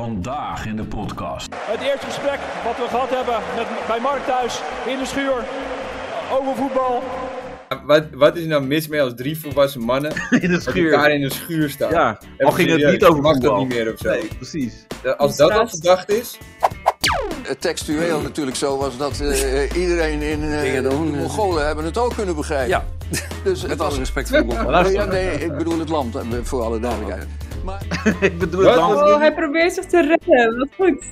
Vandaag in de podcast. Het eerste gesprek wat we gehad hebben met, bij Mark thuis in de schuur over voetbal. Wat, wat is er nou mis mee als drie volwassen mannen In de dat elkaar schuur. in een schuur staan? Ja, Even al ging het serieus, niet over Mag dat voetbal. niet meer of zo? Nee, precies. Als dat al verdacht is, Het textueel natuurlijk zo was dat eh, iedereen in eh, de Mongolen hebben het ook kunnen begrijpen. Ja. Dus het was respect voor Mongolen. Ja, nee, ik bedoel het land eh, voor alle duidelijkheid. Maar Ik bedoel Wat? het dan. Oh, hij probeert zich te redden. Wat goed.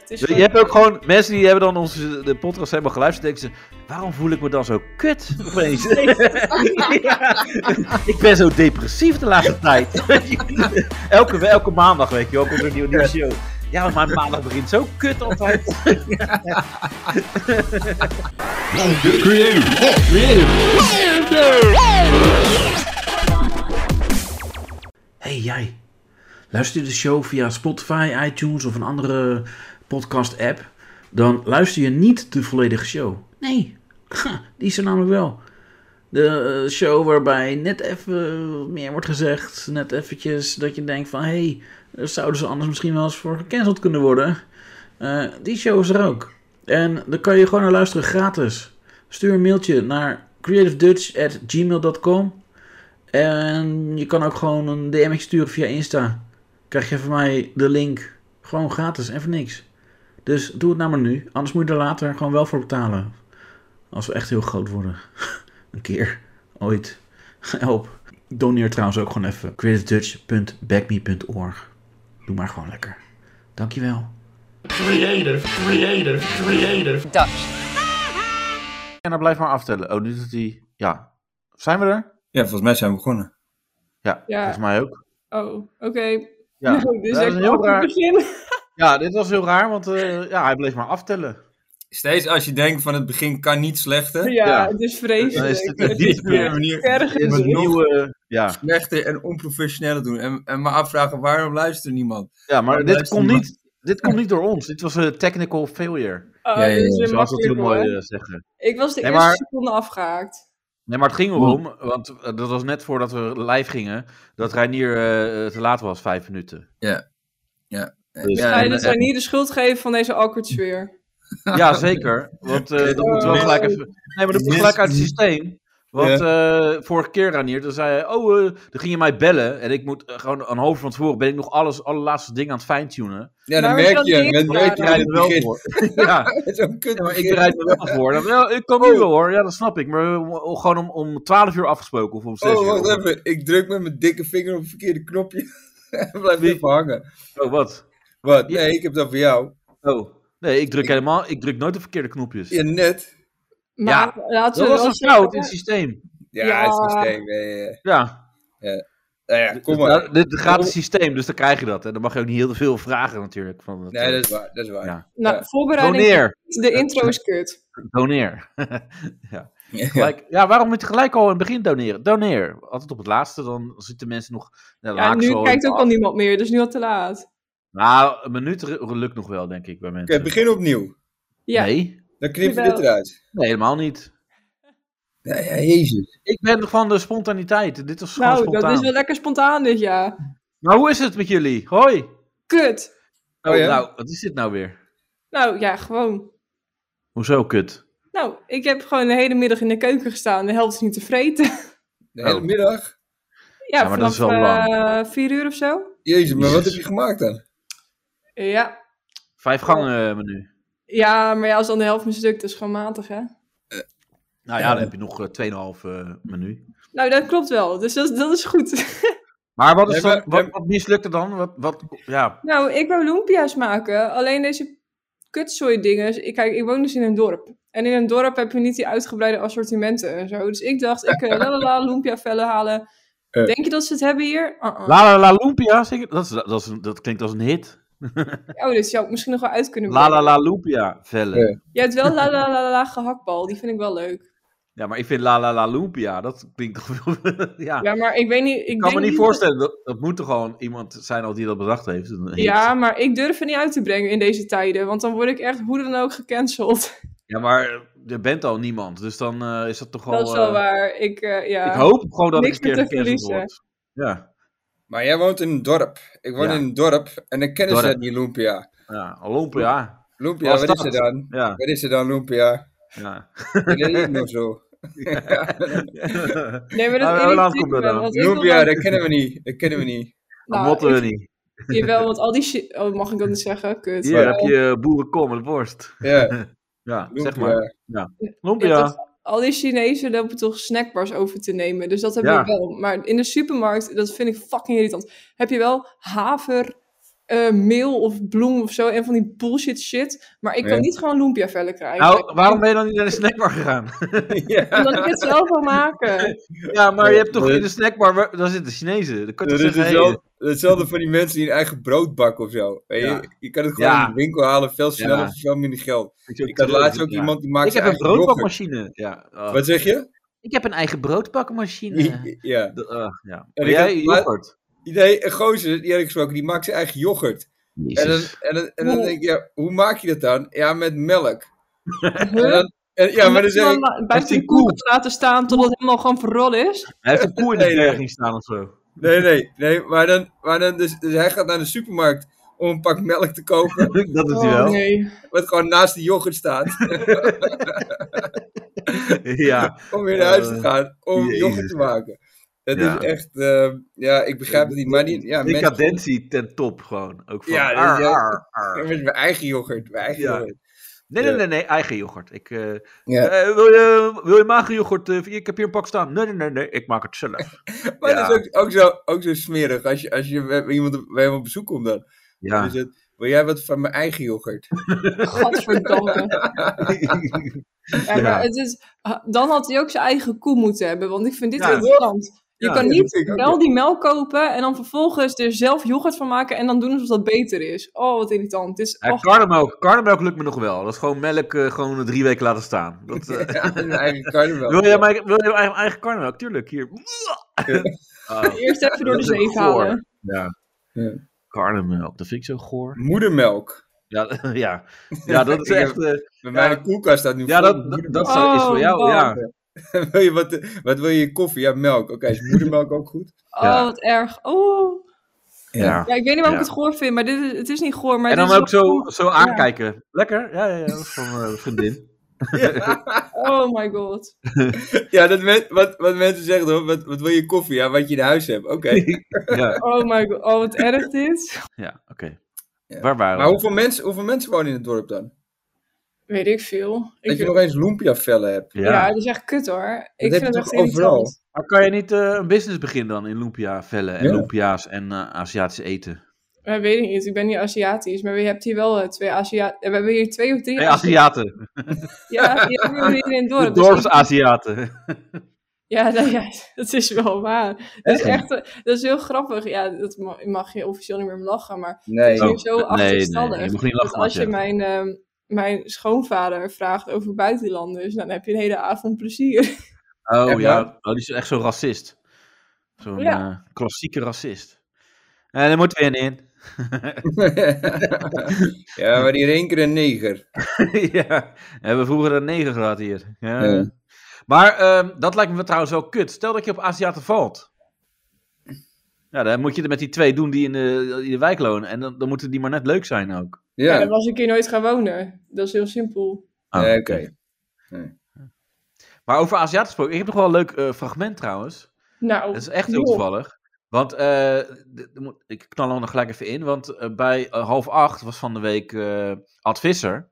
Het is Je hebt ook gewoon mensen die hebben dan onze de podcast helemaal geluisterd. Denken ze: waarom voel ik me dan zo kut? Opeens. Ja, ik ben zo depressief de laatste tijd. elke, elke maandag, weet je wel, komt er een nieuwe, nieuwe show. Ja, maar maandag begint zo kut altijd. Hey jij, luister je de show via Spotify, iTunes of een andere podcast-app? Dan luister je niet de volledige show. Nee, Ha, die is er namelijk wel. De eh, show waarbij net even eh, meer wordt gezegd, net eventjes dat je denkt van... ...hé, hey, daar zouden ze anders misschien wel eens voor gecanceld kunnen worden. Eh, die show is er ook. En daar kan je gewoon naar luisteren gratis. Stuur een mailtje naar creativedutch.gmail.com en je kan ook gewoon een DM'tje sturen via Insta. Krijg je van mij de link. Gewoon gratis en voor niks. Dus doe het nou maar nu. Anders moet je er later gewoon wel voor betalen. Als we echt heel groot worden. een keer. Ooit. Help. Doneer trouwens ook gewoon even. creativedutch.backme.org Doe maar gewoon lekker. Dankjewel. En dan blijf maar aftellen. Oh, nu is die... Ja. Zijn we er? ja, volgens mij zijn we begonnen. Ja. volgens mij ook. Oh, oké. Ja, Nou, dus echt vanaf het begin. Ja, dit was heel raar, want eh, ja, hij bleef maar aftellen. Steeds als je denkt van het begin kan niet slechter, Ja, Ja. het Dan is vreselijk. is het een Het diepte echt manier. ergens. Een nieuwe... Ja, slechter en onprofessioneler doen. En, en me afvragen waarom luistert niemand? ja maar Maar dit luister komt, maar. niet, dit komt niet door ons. Dit was een technical failure. Oh, Ja, ja, dit is ja, weer Zoals ze het heel makkelijk, mooi hoor. eh, zeggen. Ik was de Nee, eerste maar- seconde afgehaakt. Nee, maar het ging erom, want eh, dat was net voordat we live gingen, dat Reinier eh, te laat was, vijf minuten. Dus- Ja, Ga je en- dit en- zijn niet de schuld geven van deze awkward sfeer? Ja, zeker. Want eh dat moeten we wel gelijk even... Nee, maar dat moet gelijk uit het systeem. Want eh, vorige keer, Ranier, toen zei hij, oh, eh, dan ging je mij bellen. En ik moet eh, gewoon een half van tevoren, ben ik nog alles, alle laatste dingen aan het fine-tunen. ja, dan Maar we merk gaan je, niet dan Maar merk ik je in rijd het er wel begin. voor. Ja, Zo'n kut maar ik begin. bereid me wel voor. Dan, ja, ik kan Oh. nu wel hoor, ja, dat snap ik. Maar eh, om- om- gewoon om, om 12 uur afgesproken of om 6 Oh, uur. wacht even. Ik druk met mijn dikke vinger op het verkeerde knopje. en blijf even hangen. Oh, wat? Wat? Nee, ik heb dat voor jou. Oh. Nee, ik druk helemaal, ik druk nooit de verkeerde knopjes. Ja, net. Maar laten Dat we was wel een zeggen- fout in het systeem. Ja, Ja. het is eh, systeem. Ja, ja, ja. Ja, Nou ja, kom Dus maar. dat- dit gaat het systeem, dus dan krijg je dat. En dan mag je ook niet heel veel vragen natuurlijk. Van het, Nee, dat is waar. Dat is waar. Ja. Nou, Ja. voorbereiding. Doneer, De intro is kut. doneer. Ja. Gelijk- ja, waarom moet je gelijk al in het begin doneren? Doneer. Altijd op het laatste, dan zitten mensen nog... dan Ja, haken ze nu kijkt in- ook al niemand meer, dus nu al te laat. Nou, een minuut ru- lukt nog wel, denk ik, bij Oké, mensen. begin opnieuw. Ja, Nee, Dan knippen we Jawel. dit eruit. nee, helemaal niet. Ja, ja, jezus. Ik ben van de spontaniteit. Dit was gewoon nou, spontaan. dat is wel lekker spontaan dit jaar. Maar hoe is het met jullie? Hoi. Kut. Oh, Oh ja? Nou, wat is dit nou weer? Nou ja, gewoon. Hoezo kut? Nou, ik heb gewoon de hele middag in de keuken gestaan. De helft is niet te vreten. De Ja, hele Oh. middag. maar dat is wel vanaf, eh, vier uur of zo. Jezus, maar wat Jezus. heb je gemaakt dan? Ja. Vijf gangen eh, menu. Ja, maar ja, als dan de helft mijn stuk, dat is gewoon matig, hè? Nou ja, dan heb je nog eh, 2,5 eh, menu. Nou, dat klopt wel. Dus dat, dat is goed. Maar wat, is Nee, dan, maar- wat, wat mislukte dan? Wat, wat, ja. nou, ik wou lumpia's maken. Alleen deze kutzooi dingen. Ik, kijk, ik woon dus in een dorp. En in een dorp heb je niet die uitgebreide assortimenten en zo. Dus ik dacht, ik kan la la lumpia vellen halen. Eh. Denk je dat ze het hebben hier? La Uh-uh. La La Lumpia, zeg ik- dat, is, dat, is een- dat klinkt als een hit. Oh, dit zou ik misschien nog wel uit kunnen La La brengen. La Lumpia vellen. Ja. Je hebt wel la la la la gehaktbal, die vind ik wel leuk. Ja, maar ik vind La La La Lumpia, dat klinkt toch wel... ja. Ja, maar ik weet niet... Ik ik kan denk me niet dat- voorstellen, dat, dat moet toch gewoon iemand zijn al die dat bedacht heeft. een hit. Ja, maar ik durf het niet uit te brengen in deze tijden, want dan word ik echt hoe dan ook gecanceld. ja, maar er bent al niemand, dus dan eh, is dat toch al... dat is wel eh, waar. Ik, eh, ja. Ik hoop gewoon dat ik Niks een keer meer te gecanceld verliezen. word. Ja. Maar jij woont in een dorp. Ik woon Ja. in een dorp en dan kennen ze Dorp. die Lumpia. Ja, Olympia. Lumpia, Wat is wat is dat? er dan? Ja. Wat is er dan, Lumpia? Ja. Dat is het nog zo. Nee, maar dat Nou, hoe laat komt dat me, dan? want ik wil Lumpia, dan- dat kennen we niet. Dat kennen we niet. Dat nou, motten we ik- niet. Jawel, want al die shit... Oh, mag ik dat niet zeggen? Kut. Hier heb je boerenkool met worst. Ja, Ja, zeg Lumpia. maar. Ja, Olympia. dat- al die Chinezen lopen toch snackbars over te nemen. Dus dat heb Ja. je wel. Maar in de supermarkt, dat vind ik fucking irritant. Heb je wel haver, eh, meel of bloem of zo. En van die bullshit shit. Maar ik kan Ja. niet gewoon lumpiavellen krijgen. Nou, waarom ben je dan niet naar de snackbar gegaan? ja. Omdat ik het zelf wil maken. Ja, maar je hebt toch Nee. in de snackbar, waar- daar zitten Chinezen. Dan kan je Dat toch is zeggen, hey, hetzelfde, hetzelfde van die mensen die een eigen brood bakken of zo. Weet je? Ja. je kan het gewoon Ja. in de winkel halen, veel sneller Ja. voor veel minder geld. ik zou Ik had terug- laatst ook ja. iemand die maakt Ik heb zijn een eigen broodbak. broodbakmachine. Ja. oh. Wat zeg je? Ik heb een eigen broodbakmachine. Ja. De- eh, ja. En En ik jij heb laat- yoghurt. Nee, een gozer, die had ik gesproken, die maakt zijn eigen yoghurt. En dan, Jezus. en dan, en dan Oeh. denk ik, ja, hoe maak je dat dan? Ja, met melk. En Huh? dan, en, ja, maar dan zeg ik, Gewoon Bij Heeft die zijn koelkast laten staan totdat het helemaal gewoon verrol is. Hij heeft een koe in de Nee, nee. berging staan of zo. nee, nee, nee, maar dan, maar dan dus, dus hij gaat naar de supermarkt om een pak melk te kopen, Dat doet hij Oh, wel. Oh, nee. wat gewoon naast de yoghurt staat, Ja. om weer naar huis te Eh, gaan, om Jezus. yoghurt te maken. Het Ja. is echt, eh, ja, ik begrijp het niet, maar die, ja, mensen, Eh, Decadentie ten top gewoon. Ook van, Ja, dat is- ar, ja. ar, ar. met mijn eigen yoghurt, mijn eigen Ja. yoghurt. Nee, nee, Ja. nee, nee, eigen yoghurt. Ik, eh, Ja. eh, wil je, wil je magenyoghurt? eh, ik heb hier een pak staan. Nee, nee, nee, nee, ik maak het zelf. Maar Ja. dat is ook, ook, zo, ook zo smerig, als je, als je bij iemand bij hem op bezoek komt dan. Ja. Dus het, wil jij wat van mijn eigen yoghurt? Gadverdamme. Ja, Ja. maar het is, dan had hij ook zijn eigen koe moeten hebben, want ik vind dit Ja. irritant. Je Ja, kan dat niet vind ik ook, wel ja. die melk kopen en dan vervolgens er zelf yoghurt van maken en dan doen alsof dat beter is. Oh, wat irritant. Het is, Ja, och, karnemelk, karnemelk lukt me nog wel. Dat is gewoon melk eh, gewoon drie weken laten staan. Dat, eh, Ja, mijn eigen karnemelk. wil je mijn, wil je mijn eigen, eigen karnemelk? Tuurlijk, hier. Oh, eerst even door de dat is zee goor. halen. Ja. Ja. Karnemelk, dat vind ik zo goor. Moedermelk. Ja, ja. ja dat is Ik heb- echt... eh, Bij mij de koelkast staat nu ja, vol dat, met dat, moedermelk. dat zou- is voor Oh, jou, man. ja. wil je wat, wat wil je koffie? Ja, melk. Oké, is moedermelk ook goed? Ja. Oh, wat erg. Oh. ja. Ja, ik weet niet waarom Ja. ik het goor vind, maar dit is, het is niet goor. Maar En dit dan is ook wel- zo, zo aankijken. Lekker? Ja, ja, ja. Dat is van eh, een vriendin. Oh my god. Ja, dat men- wat, wat mensen zeggen hoor. Wat, wat wil je koffie? Ja, wat je in huis hebt. Oké. Ja, Oh my god. Oh, wat erg dit. ja oké. Ja. Waar waren Maar we? hoeveel mensen, hoeveel mensen wonen in het dorp dan? Weet ik veel. Ik Dat je weet- nog eens lumpia-vellen hebt. ja. Ja. dat is echt kut hoor. heb Ik vind je het toch echt overal? irritant. Maar kan je niet eh, een business beginnen dan in lumpia vellen en Ja. lumpia's en eh, Aziatisch eten? Maar weet ik niet, ik ben niet Aziatisch, maar je hebt hier wel eh, twee Aziaten. We hebben hier twee of drie Nee, Aziaten. Aziaten. Ja, die hebben we hier in het De dorp. dus ik- dorps-Aziaten. ja, nou ja, dat is wel waar. Dat is echt, eh, dat is heel grappig. Ja, dat ma- mag je officieel niet meer om lachen, maar Nee. het is hier zo Oh, nee, achterstallig. nee, je mag niet lachen, dat als je Matje. mijn, ehm, mijn schoonvader vraagt over buitenlanders, dan heb je een hele avond plezier. Oh Echt ja, waar? oh, die is echt zo'n racist. Zo'n Ja. eh, klassieke racist. Eh, En er moet weer een in. ja, maar hier één keer een neger. ja, we hebben vroeger een 9 gehad hier. Ja. Ja. Maar ehm, dat lijkt me trouwens wel kut. Stel dat je op Aziaten valt. Ja, dan moet je er met die twee doen die in de, in de wijk wonen. En dan, dan moeten die maar net leuk zijn ook. Ja. Ja, Eh, dan was ik hier nooit gaan wonen. Dat is heel simpel. Ah, Ja, oké. Maar over Aziaten gesproken, ik heb nog wel een leuk eh, fragment trouwens. Nou, Dat is echt heel joh. toevallig. Want eh, d- d- moet- ik knal hem er gelijk even in. Want eh, bij eh, half acht was van de week eh Ad Visser.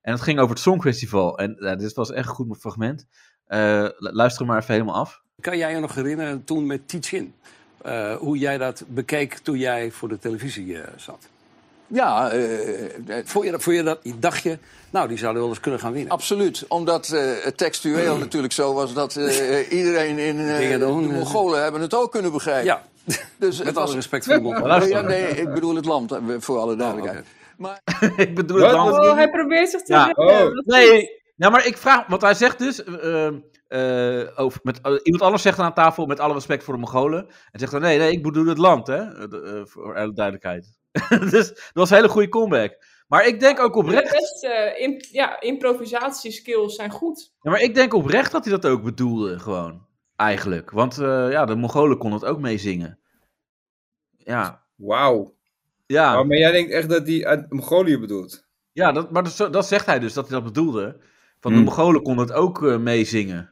En het ging over het Songfestival. En ja, dit was echt een goed fragment. Eh, lu- luister hem maar even helemaal af. Kan jij je nog herinneren toen met Tietjin? eh hoe jij dat bekeek toen jij voor de televisie eh, zat? Ja, eh, Vond je, dat- vond je dat, dacht je, nou, die zouden wel eens kunnen gaan winnen? Absoluut, omdat eh, het textueel natuurlijk zo was dat eh, iedereen in eh, Dingen de doen, eh. Mongolen hebben het ook kunnen begrijpen. Ja, dus met het alle was. respect voor de mond. Luister Ja, maar. nee, ik bedoel het land eh, voor alle duidelijkheid. Maar ik bedoel Wat? het dan. Oh, hij probeert zich te Ja. redden. Oh. Wat Nee, nou, maar ik vraag, want hij zegt dus, eh, eh, over, met, eh, iemand anders zegt aan tafel met alle respect voor de Mongolen. En zegt dan, nee, nee, ik bedoel het land, hè, Eh, de- eh, voor alle duidelijkheid. dus dat was een hele goede comeback. Maar ik denk ook De oprecht, beste imp- ja, improvisatieskills zijn goed. ja, maar ik denk oprecht dat hij dat ook bedoelde, gewoon, eigenlijk. Want eh, ja, de Mongolen konden het ook meezingen. Ja, Wauw. ja. Oh, maar jij denkt echt dat hij uit Mongolië bedoelt? ja dat, maar dat, zo- dat zegt hij dus, dat hij dat bedoelde. Van de Hmm. Mongolen konden het ook eh, meezingen.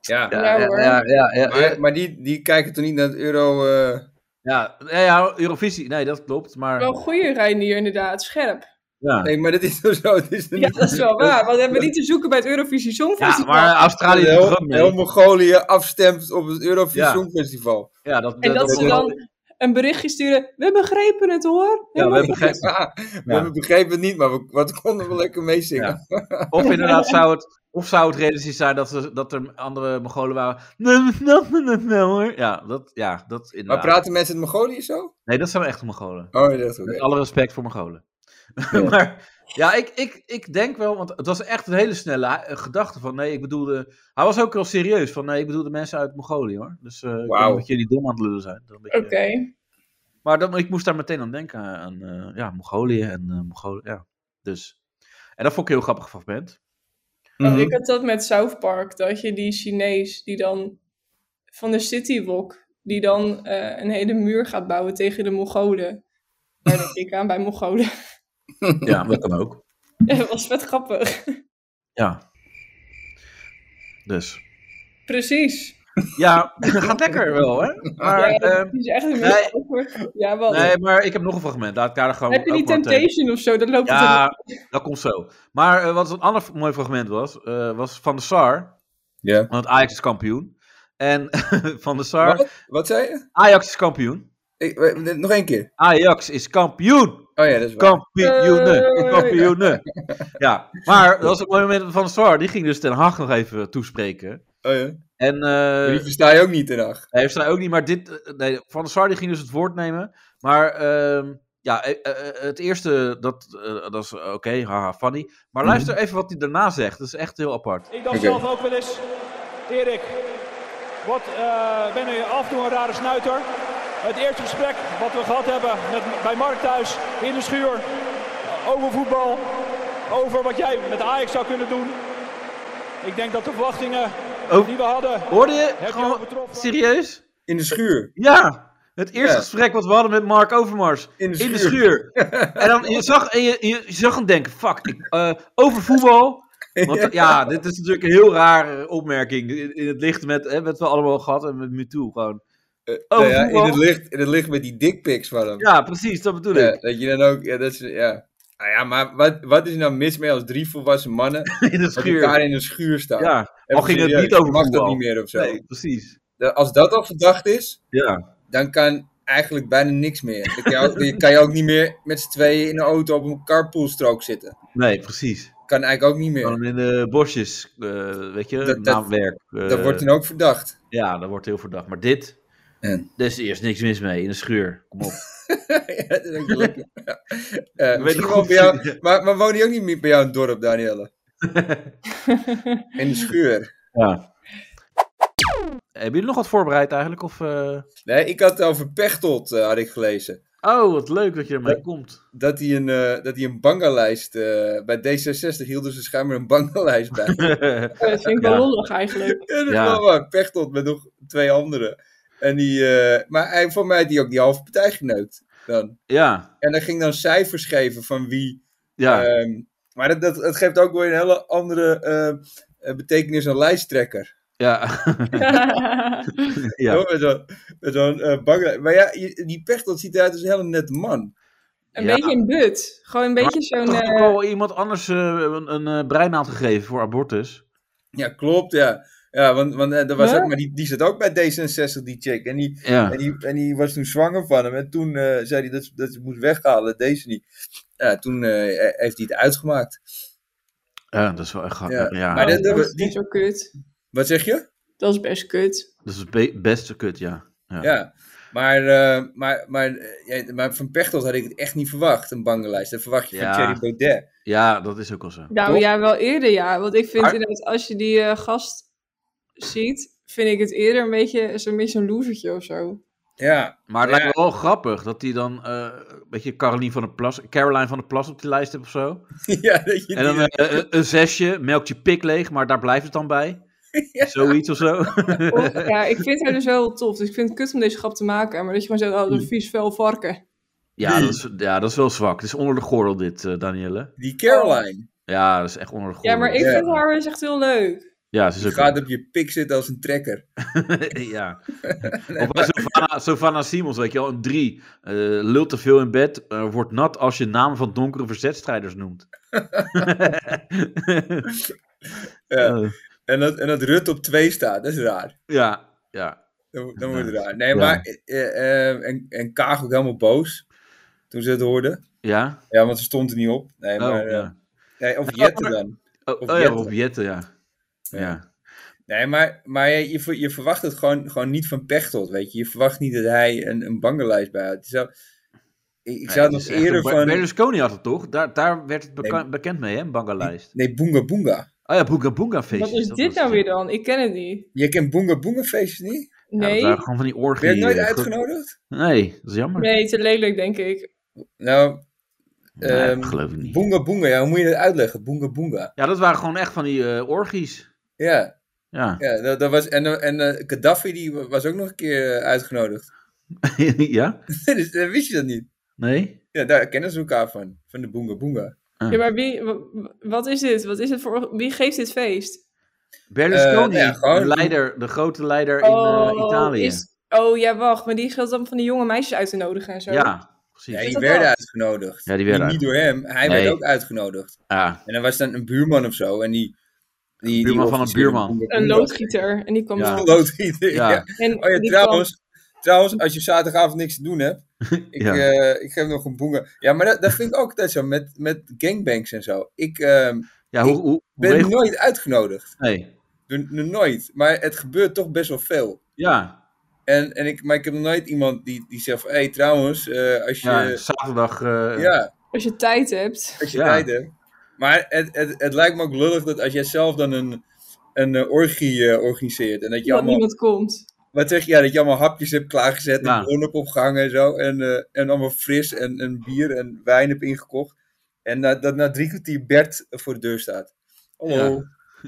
Ja. Ja, hoor. ja, ja, ja, ja, Maar, Eh, maar die, die kijken toch niet naar het euro... eh, ja, ja, ja, Eurovisie, nee, dat klopt. Maar Wel een goede Reinier inderdaad, scherp. ja. Nee, maar dat is toch zo. Het is er Ja, niet... dat is wel waar. Want we hebben niet te zoeken bij het Eurovisie ja, Songfestival. maar Australië doet er heel, ook mee. heel Mongolië afstemt op het Eurovisie Ja. Songfestival. Ja, dat, en dat ze dan een berichtje sturen. We begrepen het hoor. Ja, we hebben geen- Ja, we hebben begrepen het niet, maar we wat konden we lekker meezingen. Ja. Of inderdaad zou het, of zou het realistisch zijn dat, ze, dat er andere Mongolen waren. Nee, dat is het wel hoor. Ja, dat, ja, dat Maar inderdaad. praten mensen in Mongolië zo? Nee, dat zijn echte Mongolen. Oh, dat is oké. Met alle respect voor Mongolen. maar ja, ik, ik, ik denk wel, want het was echt een hele snelle eh, gedachte van nee, ik bedoelde. Hij was ook heel serieus van nee, ik bedoelde mensen uit Mongolië hoor. Dus eh ik Wauw. weet niet dat jullie dom aan het lullen zijn. Dat een beetje- Oké. eh, Maar dat, ik moest daar meteen aan denken aan eh, ja, Mongolië en eh Mongolen. Ja, dus. En dat vond ik een heel grappig fragment. Mhm. Oh, ik had dat met South Park, dat je die Chinees die dan van de Citywalk, die dan eh, een hele muur gaat bouwen tegen de Mongolen. Daar denk ik aan bij Mongolen. Ja, dat kan ook. Ja, dat was vet grappig. Ja. Dus. Precies. Ja, het gaat lekker wel, hè? Maar, ja, ehm, die is echt een nee. muur over. Ja, wel. nee, maar ik heb nog een fragment. Laat ik daar gewoon Heb je Oh, ook die maar tegen. Temptation of zo? Dat loopt het Ja, dat komt zo. Maar eh, wat een ander mooi fragment was, eh, was Van de Sar. Ja. Want Ajax is kampioen. En Van de Sar, Wat? Wat zei je? Ajax is kampioen. Ik, we- nog één keer. Ajax is kampioen! Oh ja, dat is waar. Kampioenen, Eh. kampioenen. Ja, maar dat was het mooie moment van de Sar. Die ging dus Ten Hag nog even toespreken. Oh, ja. En eh, Maar Die versta je ook niet, Den Haag. Nee, heeft hij ook niet, maar dit... eh, Nee, Van der Sar die ging dus het woord nemen. Maar ehm, ja, eh, eh, het eerste, dat, eh, dat is eh, oké, haha, funny. Maar Mhm. luister even wat hij daarna zegt. Dat is echt heel apart. Ik dacht Oké. zelf ook wel eens, Erik, wat eh, ben je af en toe een rare snuiter. Het eerste gesprek wat we gehad hebben met, bij Mark thuis in de schuur over voetbal, over wat jij met Ajax zou kunnen doen. Ik denk dat de verwachtingen Oh. die we hadden, Hoorde je? je Gewoon, overtroffen? serieus? In de schuur. Ja! Het eerste Ja. gesprek wat we hadden met Mark Overmars. In de In de schuur. schuur. en dan, je zag, en je, je, je zag hem denken, fuck, ik, eh, over voetbal... Want eh, ja, dit is natuurlijk een heel rare opmerking. In, in het licht met, hè, wat we allemaal gehad en met MeToo gewoon. Eh, Oh, nou ja, in voetbal. het licht, in het licht met die dickpics van hem. Ja, precies, dat bedoel Ja, ik. dat je dan ook, ja, dat is, ja. Nou ja, maar wat, wat is er nou mis mee als drie volwassen mannen In de met schuur. elkaar in een schuur staan? Ja, Even al ging het serieus, niet over Mag dat voetbal. niet meer of zo? nee, precies. De- Als dat al verdacht is, Ja. dan kan eigenlijk bijna niks meer. Dan kan je ook, dan kan je ook niet meer met z'n tweeën in een auto op een carpoolstrook zitten. Nee, precies. Kan eigenlijk ook niet meer. Gewoon in de bosjes, eh, weet je, Dat- dat- naamwerk. eh, Dat wordt dan ook verdacht. Ja, dat wordt heel verdacht. Maar dit, En? er is eerst niks mis mee, in de schuur. Kom op. ja, dat is ook lekker. Eh, nog misschien goed woont bij jou, vrienden. maar, maar woon je ook niet meer bij jou in het dorp, Danielle? in de schuur. ja. Hebben jullie nog wat voorbereid eigenlijk? Of, eh, Nee, ik had het over Pechtold, eh, had ik gelezen. Oh, wat leuk dat je ermee komt. Dat hij een, eh dat hij een bangenlijst, eh, bij D66 hielden ze schijnbaar een bangenlijst bij. er. Dat vind ik wel Ja. lollig eigenlijk. Ja, dat is Ja. wel waar. Pechtold met nog twee anderen. En die, eh, maar hij, voor mij had hij ook die halve partij geneukt. Dan. ja, En hij ging dan cijfers geven van wie. ja. ehm, maar dat, dat, dat geeft ook weer een hele andere eh, eh, betekenis aan lijsttrekker. ja. ja. Hoor, Met zo'n met zo'n, eh, bange- Maar ja, je- die Pechtold ziet eruit als een hele net man. Een Ja. beetje een but. Gewoon een beetje zo'n... Toch ook eh, al iemand anders eh, een, een eh, breinaald gegeven voor abortus. Ja, klopt, ja. Ja, want, want eh, er was Huh? ook, maar die, die zat ook bij D66, die chick. En die, Ja. En die, en die was toen zwanger van hem. En toen eh, zei hij dat, ze- dat ze het moest weghalen. Dat deed ze niet. Ja, toen eh, heeft hij het uitgemaakt. ja, dat is wel echt... Ja. Ja. Maar dit- dat is die- best wel kut. Wat zeg je? Dat is best kut. Dat is het be- beste kut, ja. Ja. Maar, eh, maar, maar, eh, ja, maar van Pechtold had ik het echt niet verwacht. Een bangenlijst. Dat verwacht je Ja. van Thierry Baudet. Ja, dat is ook al zo. Nou Toch? ja, wel eerder ja. Want ik vind Maar- inderdaad, als je die eh, gast ziet, vind ik het eerder een beetje zo'n beetje een losertje of zo. Ja. Maar het lijkt me wel grappig dat hij dan, eh een beetje Caroline van der Plas, Caroline van der Plas op die lijst hebt of zo. ja dat je En dan die- eh, eh, een zesje, melkt je pik leeg, maar daar blijft het dan bij. Zoiets of zo. Of- ja, ik vind haar dus wel tof. Dus ik vind het kut om deze grap te maken. Maar dat je gewoon zegt, oh, Hmm. dat is een vies vel varken. Ja dat, is, ja, dat is wel zwak. Het is onder de gordel dit, eh, Oh, Danielle. Die Caroline. Ja, dat is echt onder de gordel. Ja, maar ik Ja. vind haar wel eens echt heel leuk. Ja, ze is Die ook... gaat op je pik zitten als een trekker. ja. Of bij Savannah, Savannah Simons, weet je wel, een drie. Eh, lult te veel in bed, eh, wordt nat als je namen van donkere verzetstrijders noemt. Ja. Eh, En, dat, en dat Rut op twee staat, dat is raar. ja, ja. Dan, dan wordt het Ja. raar. Nee, Ja. maar... eh, eh, en, en Kaag ook helemaal boos. Toen ze het hoorde. Ja? Ja, want ze stond er niet op. Nee, Oh, maar... eh, ja. nee, of Jette dan. Oh, of oh ja, Jette. Rob Jette, ja. Ja. Ja. Nee, maar, maar je, je ver- je verwacht het gewoon, gewoon niet van Pechtold, weet je. Je verwacht niet dat hij een, een bangenlijst bijhoudt. Je zou, ik Nee, ik zou het het nog is echt eerder een- van... Berlusconi had het toch? Daar, daar werd het beka- Nee. bekend mee, hè? Bangalijst. Nee, Boonga Boonga. Oh ja, Boonga Boonga feestjes. Wat is dat dit was nou het. weer dan? Ik ken het niet. Je kent Boonga Boonga feestjes niet? Ja, Nee, dat waren gewoon van die orgie. Ben je het nooit eh, gro- uitgenodigd? Nee, dat is jammer. nee, te lelijk denk ik. Nou, Nee, ehm, dat geloof ik niet. Boonga Boonga, ja, hoe moet je dat uitleggen? Boonga Boonga. Ja, dat waren gewoon echt van die eh, orgies. Ja, Ja. ja dat, dat was, en, en eh, Gaddafi die was ook nog een keer eh, uitgenodigd. ja? dus, eh, wist je dat niet? Nee? Ja, daar kennen ze elkaar van, van de Boonga Boonga. Ja, maar wie, wa- wa- wat is dit? Wat is het voor, wie geeft dit feest? Berlusconi, Eh, ja, gewoon- de, leider, de grote leider in eh, Italië. Oh, is- oh ja, wacht. Maar die geldt dan van die jonge meisjes uit te nodigen en zo. Ja, precies. Ja, die dat werden wel? uitgenodigd. Ja, die werden niet door hem, hij Nee. werd ook uitgenodigd. Ja, En dan was dan een buurman of zo. En die. die Buurman die van een officier- buurman. Een loodgieter. En die kwam Ja. dan. Een loodgieter, Ja. ja. En Oh ja, die trouwens, trouwens, als je zaterdagavond niks te doen hebt. Ik, Ja. eh, ik geef nog een boenger. Ja, maar dat, dat vind ik ook altijd zo. Met, met gangbangs en zo. Ik ehm, ja hoe, Ik hoe, hoe ben regel- nooit uitgenodigd. nee. Nog nog nooit. Maar het gebeurt toch best wel veel. Ja, En, en ik, maar ik heb nog nooit iemand die, die zegt: hé, hey, trouwens, eh, als je, ja ja, zaterdag. eh, kwam als je tijd hebt. als je Ja. tijd hebt. Maar het, het, het lijkt me ook lullig dat als jij zelf dan een, een eh, orgie eh, organiseert. En dat je Dat allemaal niemand komt. Wat zeg je? Ja, dat je allemaal hapjes hebt klaargezet Ja. en bron hebt opgehangen en zo. En, eh, en allemaal fris en, en bier en wijn hebt ingekocht. En na, dat na drie kwartier Bert voor de deur staat. Hallo.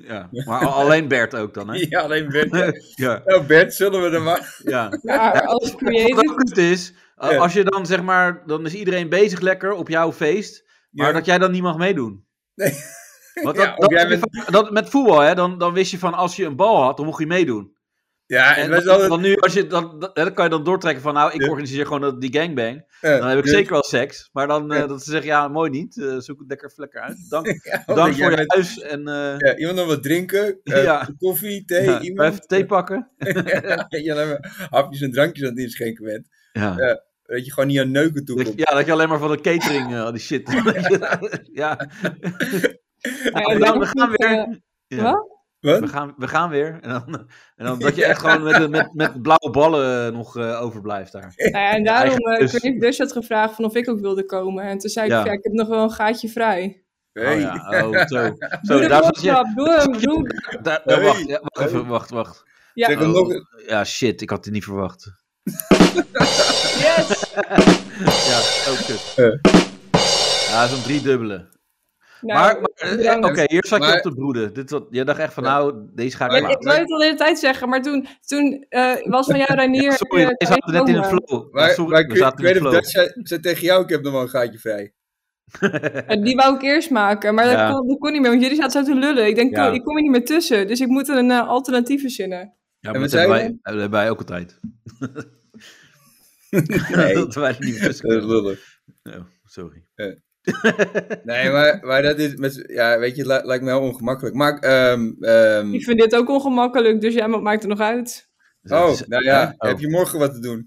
ja. Maar al- alleen Bert ook dan, Ja, hè? alleen Bert. Ja, nou Bert, zullen we er maar... ja. Maar als Wat ook creative... goed is, a- Ja. als je dan zeg maar, dan is iedereen bezig lekker op jouw feest, maar Ja. dat jij dan niet mag meedoen. Nee. Want dat, Ja, of dat, jij bent- dat- met voetbal, hè, dan, dan wist je van als je een bal had, dan mocht je meedoen. Ja, En en we dan, zullen... dan nu, als je, dan, dan, dan kan je dan doortrekken van, nou, ik Ja. organiseer gewoon dat- die gangbang. eh, Dan heb ik dus- zeker wel seks. Maar dan eh, Ja. dat ze zeggen, ja, mooi niet. eh, zoek het lekker lekker uit. Dank, Ja, want dank jij voor je bent- huis. En eh, ja, iemand nog wat drinken, eh, Ja. koffie, thee, ja, iemand. even thee pakken. ja, dat je hapjes en drankjes aan het inschenken bent. Ja. Dat je gewoon niet aan neuken toe Dat, je- komt. ja, dat je alleen maar van de catering, eh, al die shit. ja. Ja, en dat dan, we moet gaan niet, eh, weer. Ja, we, Wat? gaan, we gaan weer. En dan, en dan dat je echt gewoon met, met, met blauwe ballen eh, nog eh, overblijft daar. Nou ja, en daarom, eigen eh, huis. ik weet niet, dus had gevraagd van of ik ook wilde komen. En toen zei Ja. ik, ja, ik heb nog wel een gaatje vrij. Hey. Oh ja, oh, zo. zo doe de daar zat je. boodschap, doe hem, doe hem. Daar, daar- Hey. wacht, ja, wacht even, wacht, wacht. Ja, Zeg hem Oh. nog een- Ja, shit, ik had het niet verwacht. yes! Ja, ook kut. Ja, zo'n driedubbele. Nou, Maar, maar eh, bedankt. oké, hier zat je Maar- op te broeden. Dit was, je dacht echt van, Ja. nou, deze ga ik Ja, klaar. ik wou het al de hele tijd zeggen, maar toen, toen eh, was van jou Reinier... Sorry, eh, wij zaten net in een flow. Maar, Sorry, maar we zaten ik in een weet of flow. dat zei, zei tegen jou, ik heb nog wel een gaatje vrij. eh, Die wou ik eerst maken, maar Ja. dat, kon, dat kon niet meer, want jullie zaten zo te lullen. Ik denk, Ja. ik kom er niet meer tussen, dus ik moet er een eh, alternatief verzinnen. Ja, En maar dat wat zei hebben je wij, dat hebben wij ook altijd. Nee. Eh, dat wij er niet meer tussen Dat kunnen. is lullig. Oh, sorry. Nee, maar, maar dat is. Met, ja, weet je, het li- lijkt me heel ongemakkelijk. Maar. ehm, ehm, Ik vind dit ook ongemakkelijk, dus jij ma- maakt er nog uit. Dus dat oh, is- nou ja, Oh. heb je morgen wat te doen?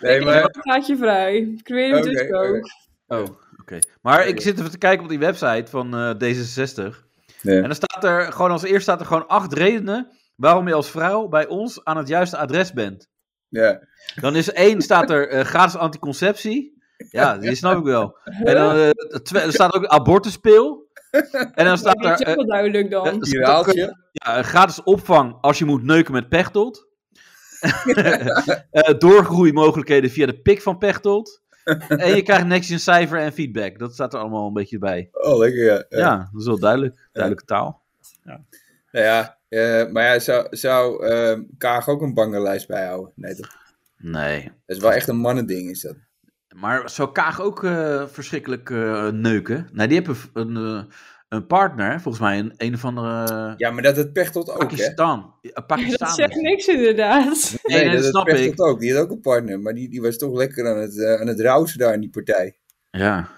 nee, Maar... maar. Gaat je vrij. Creative Oké, dus oké. ook. Oh, oké. Maar ik Oké. zit even te kijken op die website van eh, D66. Ja. En dan staat er gewoon als eerst staat er gewoon acht redenen waarom je als vrouw bij ons aan het juiste adres bent. Ja. Dan is één, staat er eh, gratis anticonceptie. Ja, die snap ik wel. En dan eh, twe- er staat ook abortuspil. En dan staat Dat er, is ook eh, wel duidelijk dan. eh, Hier haalt je. ja, eh, gratis opvang als je moet neuken met Pechtold. Eh, doorgroeimogelijkheden via de pik van Pechtold. en je krijgt niks in cijfer en feedback. Dat staat er allemaal een beetje bij. Eh, Oh, lekker, ja. Ja, dat is wel duidelijk. Duidelijke taal. Nou ja, eh, maar ja, zou, zou ehm, Kaag ook een bangenlijst bijhouden? Nee, toch? Nee. Dat is wel echt een mannending, is dat. Maar zou Kaag ook eh, verschrikkelijk eh, neuken? Nou, die hebben een, eh, een partner, hè, volgens mij een, een of andere eh, Ja, maar dat het Pechtold ook, hè? Pakistan. eh, Pakistan. Dat zegt niks inderdaad. Nee, nee, dat snap Pechtold ik. ook. Die had ook een partner, maar die, die was toch lekker aan het, eh, aan het rousen daar in die partij. Ja.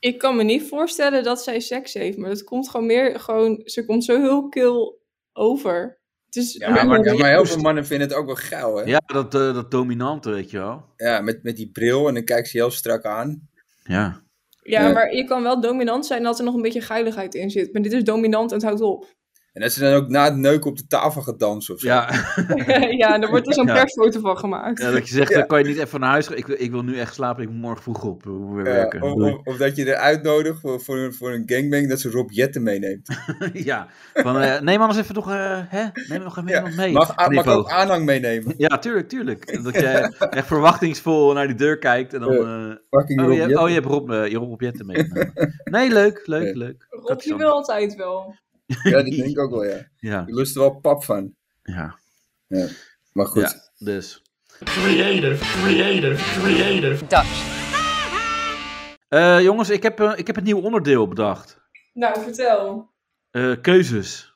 Ik kan me niet voorstellen dat zij seks heeft, maar dat komt gewoon meer gewoon, ze komt zo heel kil over. Het is Ja, maar, ja, maar heel veel mannen vinden het ook wel gauw, hè? Ja, Ja, dat, eh, dat dominante, weet je wel. met, met die bril en dan kijkt ze heel strak aan. Ja. Ja, Ja. maar je kan wel dominant zijn dat er nog een beetje geiligheid in zit. Maar dit is dominant en het houdt op. En dat ze dan ook na het neuken op de tafel gaat dansen of zo. Ja, ja, en er wordt dus een Ja. persfoto van gemaakt. ja, dat je zegt, Ja. dan kan je niet even naar huis gaan. Ik, wil- ik wil nu echt slapen, ik moet morgen vroeg op. eh, weer Ja, oh, werken. of, Doei. of, of dat je er uitnodigt voor, voor, een- voor een gangbang dat ze Rob Jetten meeneemt. ja, van, eh, neem anders even nog, eh, hè? Neem nog even Ja, iemand mee. mag, mag Kniphoog. ook aanhang meenemen. Ja, tuurlijk, tuurlijk. Dat je echt verwachtingsvol naar die deur kijkt en dan... Ja. eh, Fucking oh, Rob je, hebt- Jetten. oh, je hebt Rob, eh, je Rob Jetten meegenomen. Nee, leuk, leuk, Ja. leuk. Rob, Dat is je dan- wil altijd wel. Ja, dat denk ik ook wel, ja. Ja, Je lust er wel pap van. ja. Maar goed. ja dus. Eh, jongens, ik heb, eh, ik heb een nieuw onderdeel bedacht. Nou, vertel. Eh, keuzes.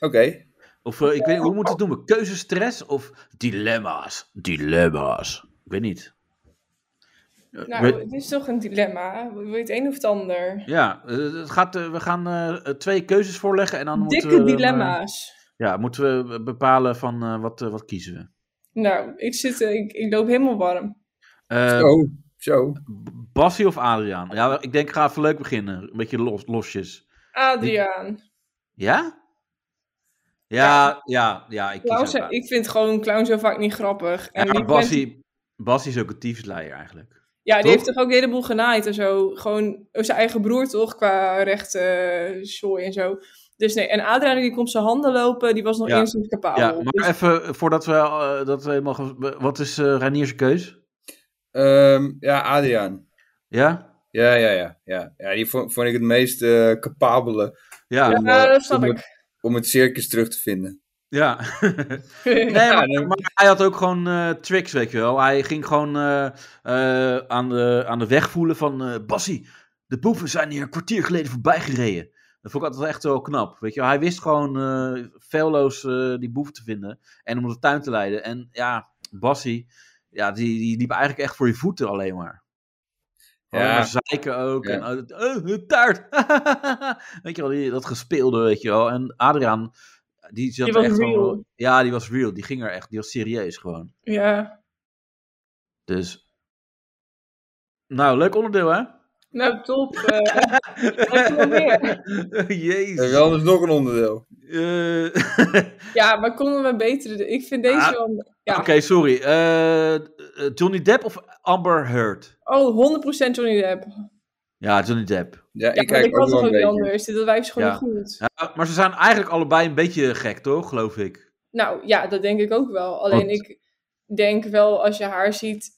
Oké. Of eh, ik weet niet, hoe moet ik het noemen? Keuzestress of dilemma's? Dilemma's. Ik weet niet. Eh, Nou, we- dit is toch een dilemma. Wil je het een of het ander? ja, eh, het gaat, eh, we gaan eh, twee keuzes voorleggen en dan moeten we... Dikke hem, eh, dilemma's. ja, moeten we bepalen van eh, wat, eh, wat kiezen we. Nou, ik, zit, eh, ik, ik loop helemaal warm. Eh, zo, zo. Bassie of Adriaan? Ja, ik denk ik ga even leuk beginnen. Een beetje los, losjes. Adriaan. Ja? Ja, ja, ja. Ik, kies Clowns, ook ik vind gewoon clown zo vaak niet grappig. Adriaan. Ja, wie bent- Bassie, Bassie is ook een tyfusleier eigenlijk. ja, die toch? heeft toch ook een heleboel genaaid en zo. Gewoon oh, zijn eigen broer toch, qua rechten eh, zooi en zo. Dus nee, en Adriaan die komt zijn handen lopen, die was nog Ja. eens een kapabel. Ja, Dus- maar even voordat we eh, dat we helemaal gaan- Wat is eh Reinier's keus? Ehm, ja, Adriaan. Ja? Ja, ja, ja. ja. ja die vond, vond ik het meest eh capabele Ja. Ja, Ja. om, eh, dat snap om, ik. het, om het circus terug te vinden. nee, maar, nee. maar hij had ook gewoon eh, tricks, weet je wel. Hij ging gewoon eh, eh, aan, de, aan de weg voelen van... eh, Bassie, de boeven zijn hier een kwartier geleden voorbij gereden. Dat vond ik altijd echt wel knap. Weet je wel. Hij wist gewoon eh feilloos eh, die boeven te vinden. En om de tuin te leiden. En ja, Bassie... Ja, die, die liep eigenlijk echt voor je voeten alleen maar. Oh, Ja. Ja. zeiken ook. Ja. En, altijd, "Oh, een taart. weet je wel, die, dat gespeelde, weet je wel. En Adriaan, die zat Die er was echt real. Gewoon, ja, die was real. Die ging er echt, die was serieus gewoon. Ja. Dus, nou, leuk onderdeel, hè? Nou, top. eh, Wat nog meer? We hebben Jezus. wel dus nog een onderdeel. Eh, ja, maar konden we beter... Ik vind deze Ah. wel... Ja. Oké, sorry. Eh, eh, Johnny Depp of Amber Heard? Oh, 100% Johnny Depp. Ja, Johnny Depp. Ja, Ja, ik maar kijk ik ook had wel toch een ook niet beetje. anders. Dat wijf is gewoon Ja. niet goed. Ja, maar ze zijn eigenlijk allebei een beetje gek, toch? Geloof ik. Nou ja, dat denk ik ook wel. Alleen Want- ik denk wel als je haar ziet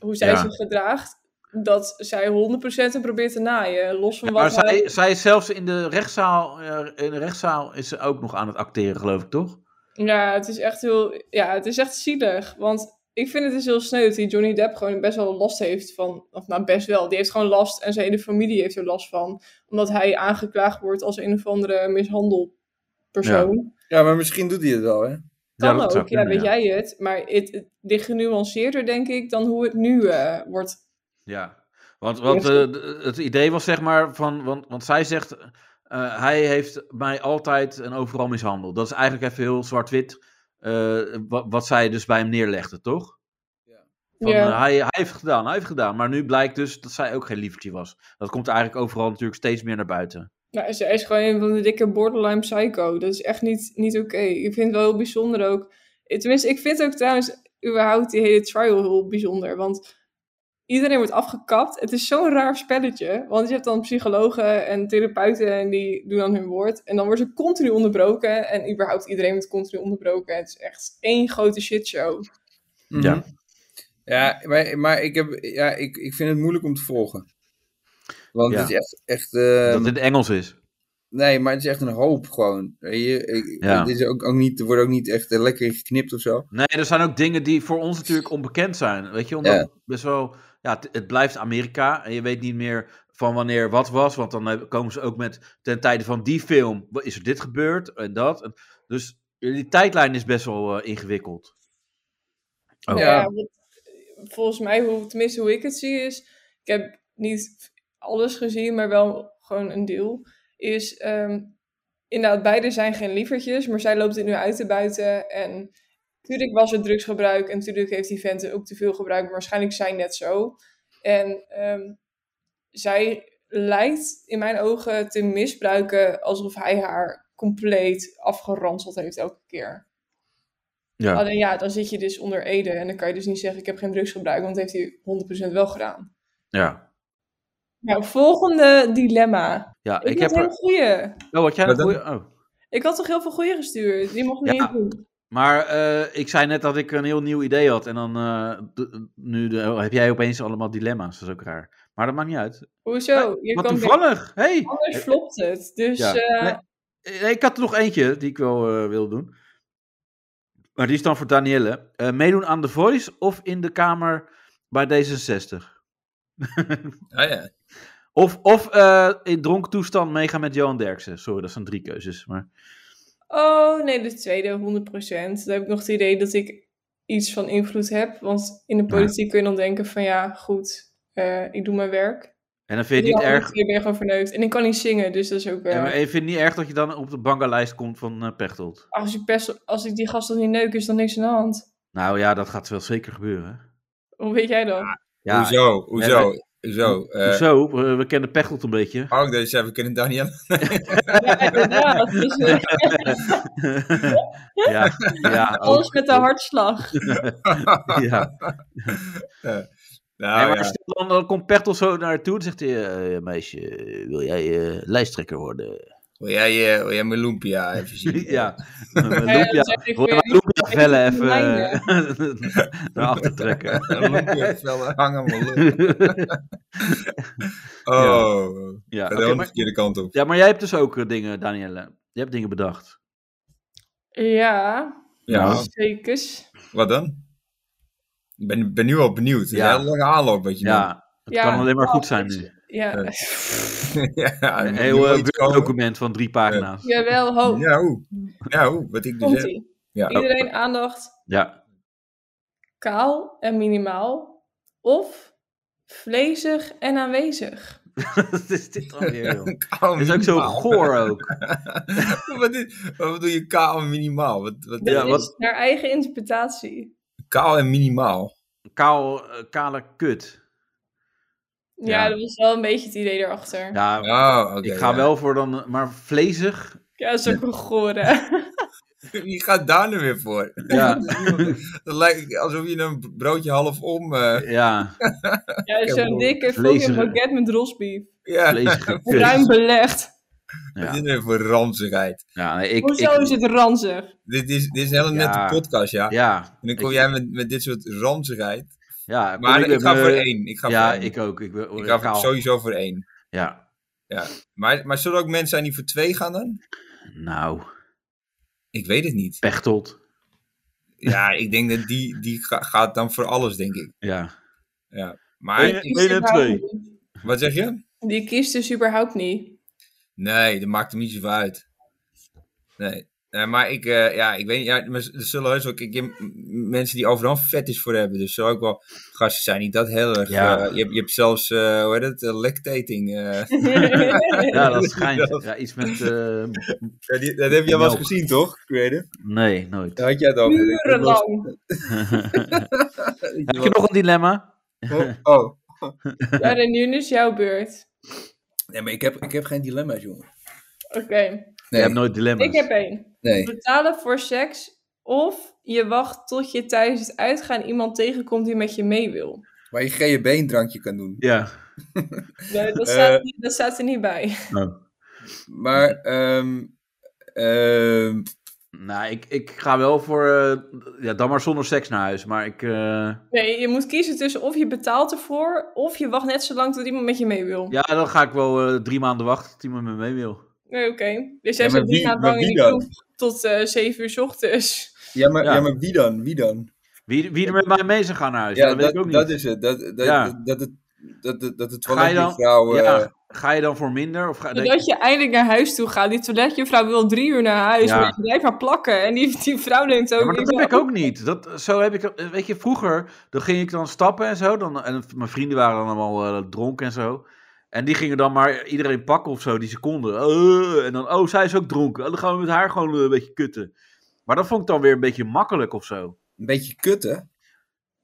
hoe zij Ja. zich gedraagt, dat zij 100% hem probeert te naaien. Los van Maar wat haar- zij, zij is zelfs in de rechtszaal, eh, in de rechtszaal is ze ook nog aan het acteren, geloof ik, toch? Ja, het is echt heel. Ja, het is echt zielig. Want ik vind het dus heel sneu dat die Johnny Depp gewoon best wel last heeft van. Of nou, best wel. Die heeft gewoon last en zijn hele familie heeft er last van. Omdat hij aangeklaagd wordt als een of andere mishandelpersoon. Ja, maar misschien doet hij het wel, hè? Kan dat zou ook, ja, kunnen, weet jij het. Maar het, het ligt genuanceerder, denk ik, dan hoe het nu eh, wordt Ja, want, want Ja. eh, d- het idee was zeg maar van, want, want zij zegt, eh, hij heeft mij altijd en overal mishandeld. Dat is eigenlijk even heel zwart-wit eh, wat, wat zij dus bij hem neerlegde, toch? Van, Ja. eh, hij, hij heeft het gedaan, hij heeft het gedaan. Maar nu blijkt dus dat zij ook geen lievertje was. Dat komt eigenlijk overal natuurlijk steeds meer naar buiten. Nou, zij is gewoon een van de dikke borderline psycho. Dat is echt niet, niet oké. Ik vind het wel heel bijzonder ook. Eh, Tenminste, ik vind ook trouwens überhaupt die hele trial heel bijzonder. Want iedereen wordt afgekapt. Het is zo'n raar spelletje. Want je hebt dan psychologen en therapeuten en die doen dan hun woord. En dan wordt ze continu onderbroken. En überhaupt iedereen wordt continu onderbroken. Het is echt één grote shitshow. Ja. Mhm. Ja, maar, maar ik, heb, ja, ik, ik vind het moeilijk om te volgen. Want Ja. het is echt... echt eh, dat het in Engels is. Nee, maar het is echt een hoop gewoon. Weet je, ik- Ja. het is ook, ook niet, er wordt ook niet echt eh, lekker in geknipt of zo. Nee, er zijn ook dingen die voor ons natuurlijk onbekend zijn. Weet je, omdat Ja. het best wel. Ja, het, het blijft Amerika en je weet niet meer van wanneer wat was. Want dan eh, komen ze ook met ten tijde van die film. wa- Is er dit gebeurd en dat. En, dus die tijdlijn is best wel eh, ingewikkeld. Oh. Ja, want volgens mij, hoe, tenminste hoe ik het zie, is... Ik heb niet alles gezien, maar wel gewoon een deel. Is, ehm, inderdaad, beide zijn geen lievertjes, maar zij loopt het nu uit te buiten. En natuurlijk was er drugsgebruik en natuurlijk heeft die vent ook te veel gebruikt. Maar waarschijnlijk zijn net zo. En ehm, zij lijkt in mijn ogen te misbruiken alsof hij haar compleet afgeranseld heeft elke keer. Ja. Alleen ja, dan zit je dus onder Ede en dan kan je dus niet zeggen ik heb geen drugs gebruikt, want dat heeft hij 100% wel gedaan. ja. Nou, volgende dilemma. ja Ik, ik had heb heel er. goeie. Oh, had jij een Wat goeie? Oh. Ik had toch heel veel goeie gestuurd? Die mocht Ja. niet doen. Maar eh, ik zei net dat ik een heel nieuw idee had. En dan eh, d- nu de- oh, heb jij opeens allemaal dilemma's. Dat is ook raar. Maar dat maakt niet uit. Hoezo? Je Nou, Wat kan toevallig. Hey. weer- Anders flopt het. Dus Ja. eh, Nee, nee, ik had er nog eentje die ik wel eh, wil doen. Maar die is dan voor Danielle. Eh, meedoen aan The Voice of in de kamer bij D66? Ah ja. Of, of eh, in dronken toestand meegaan met Johan Derksen. Sorry, dat zijn drie keuzes. Maar... oh nee, de tweede 100%. Dan heb ik nog het idee dat ik iets van invloed heb. Want in de politiek kun je dan denken van ja, goed, eh, ik doe mijn werk. En dan vind je het niet erg... Ik ben gewoon verneukt. En ik kan niet zingen, dus dat is ook... eh, Ja, maar ik vind het niet erg dat je dan op de bankenlijst komt van eh Pechtold. als, ik best, als ik die gast dan niet neuk, is dan niks aan de hand. Nou ja, dat gaat wel zeker gebeuren. Hoe weet jij dat? Ja, hoezo? Hoezo? Hoezo? Eh, hoezo? We- we kennen Pechtold een beetje. Mark, dat is even kunnen Daniel. Ja, inderdaad. Dus, eh, ja, ja, alles ook. met de hartslag. Ja. Nou, Nee, maar Oh, ja. stel dan, dan komt Pechtel zo naar haar toe en zegt hij, eh, meisje, eh, wil jij eh, lijsttrekker worden? Wil jij, eh, wil jij mijn lumpia even zien? ja, mijn Ja, dan eh, loempia, zeg ik wil je weer, mijn loempia vellen ik even moet eh, naar achter trekken? Een lumpia is wel hangen mijn lumpia. Oh, ja, gaat oké, helemaal de maar, verkeerde kant op. ja, maar jij hebt dus ook eh, dingen, Danielle. Je hebt dingen bedacht. Ja, Ja, zeker. wat dan? Ik ben, ben nu al benieuwd. Het is Ja. een hele lange aanloop wat je doet. Ja, het Ja. kan alleen maar goed zijn nu. Ja. ja, Een moet heel nooit eh, komen. Word-document van drie pagina's. Jawel, ho. Nou, nou, wat ik dus komt heb. ie. Ja. Iedereen aandacht. Ja. Kaal en minimaal. Of vlezig en aanwezig. Wat is dit dan weer, joh? Kaal Het is ook zo minimaal. goor ook. wat, is, wat bedoel je kaal en minimaal? Wat, wat, Ja, Dat wat- is naar eigen interpretatie. Kaal en minimaal. Kaal, eh, kale kut. Ja, Ja. dat was wel een beetje het idee erachter. Ja, Ja, Oh, oké. ik ga ja. wel voor dan, eh, maar vlezig dat is ook een gore. Wie gaat daar nu weer voor? Ja, Dat lijkt alsof je een broodje half om... eh, ja, Ja, zo'n dikke fucking Vlezige. baguette met rosbief. ja, wat vleesige kut. Ruim belegd. is Ja, dit weer voor ranzigheid? ja nee, ik, Hoezo ik- is het ranzig? Dit is, dit is een hele Ja. nette podcast, ja. Ja, En dan kom Ik- jij met, met dit soort ranzigheid. ja. kom Maar ik, met ga mijn- voor één. Ik ga eh, Ja, voor één. ik ook. Ik, ben- Ik ga voor- kaal. sowieso voor één. Ja, Maar, maar zullen er ook mensen zijn die voor twee gaan dan? nou, Ik weet het niet. pechtelt. Ja, ik denk dat die, die ga- gaat dan voor alles, denk ik. Ja. Maar Eén- ik- één en twee. wat zeg je? Die kiest dus überhaupt niet. Nee, dat maakt hem niet zoveel uit. Nee. Nee, maar ik, eh, ja, ik weet niet. Ja, maar er zullen heus wel ik, je- m- mensen die overal vet is voor hebben. Dus er zullen ook wel gasten zijn die dat heel erg. Ja. eh, je, hebt- je hebt zelfs, eh, hoe heet het? eh, lactating. eh. Ja, dat schijnt. Ja, iets met. eh, Ja, die- dat heb je al wel eens Melk. gezien, toch? Creative? nee, nooit. Daar had jij het over. Urenlang. Heb je nog een dilemma? Oh, Oh. Ja, dan nu is jouw beurt. Nee, maar ik heb, ik heb geen dilemma's, jongen. Oké, Je hebt Nee, nooit dilemma's. ik heb één. nee. Betalen voor seks of je wacht tot je tijdens het uitgaan iemand tegenkomt die met je mee wil. Waar je geen je beendrankje kan doen. Ja. Nee, dat, staat, Eh. niet- dat staat er niet bij. Nou, Maar, ehm ehm, Nou, ik, ik ga wel voor. eh, ja, dan maar zonder seks naar huis. Maar ik. eh, Nee, je moet kiezen tussen of je betaalt ervoor of je wacht net zo lang tot iemand met je mee wil. ja, dan ga ik wel eh, drie maanden wachten tot iemand met me mee wil. Nee, oké. Dus Ja, jij maar zat wie- niet aan maar lang in wie die dan? kroeg tot eh 7 uur 's ochtends. Ja maar, Ja. ja. maar wie dan? Wie dan? Wie, wie er met mij mee zou gaan naar huis, Ja, dat weet dat, ik ook niet. dat is het. Dat, dat, Ja. dat, dat, het- dat, dat, dat de Ga je dan- toiletmevrouw... eh, ja, ga je dan voor minder? Of ga, Zodat je eindelijk naar huis toe gaat. Die toiletjuffrouw wil drie uur naar huis, Ja. maar je blijft maar plakken. En die, die vrouw neemt ook... Ja, maar dat niet heb ik op. ook niet. Dat, zo heb ik, eh, weet je, vroeger dan ging ik dan stappen en zo. Dan, en mijn vrienden waren dan allemaal eh, dronken en zo. En die gingen dan maar iedereen pakken of zo, die ze konden. Eh, en dan, oh, zij is ook dronken. Oh, Dan gaan we met haar gewoon eh, een beetje kutten. Maar dat vond ik dan weer een beetje makkelijk of zo. Een beetje kut, hè?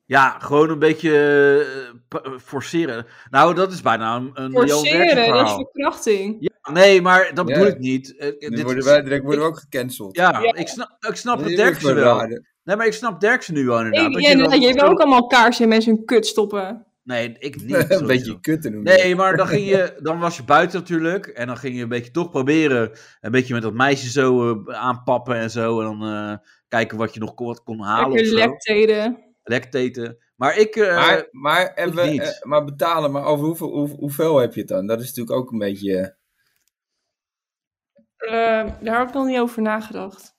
Ja, gewoon een beetje eh, p- eh, forceren. Nou, dat is bijna een, een Leon Derksen Forceren, dat is verhaal. verkrachting. Ja, nee, maar dat Ja. bedoel ik niet. Eh, eh, Dan dit worden is- wij direct worden we ook gecanceld. ja, Ja. ik snap, ik snap Dat het is ook Derksen wel wel. raar. eh, Nee, maar ik snap Derksen nu wel inderdaad. Ik, Dat ja, je dan- inderdaad, jij wil ook allemaal kaarsen in mensen hun kut stoppen. Nee, ik niet. Een sowieso. beetje kut te noemen. Nee, maar dan, ging je, dan was je buiten natuurlijk. En dan ging je een beetje toch proberen. Een beetje met dat meisje zo eh, aanpappen en zo. En dan eh, kijken wat je nog kon, wat kon halen. of Lekker zo. lepteden. Lekteten. Maar ik. eh, Maar, maar, hebben we, niet. eh, maar betalen, maar over hoeveel, hoe- hoeveel heb je het dan? Dat is natuurlijk ook een beetje... eh, Eh, daar heb ik nog niet over nagedacht.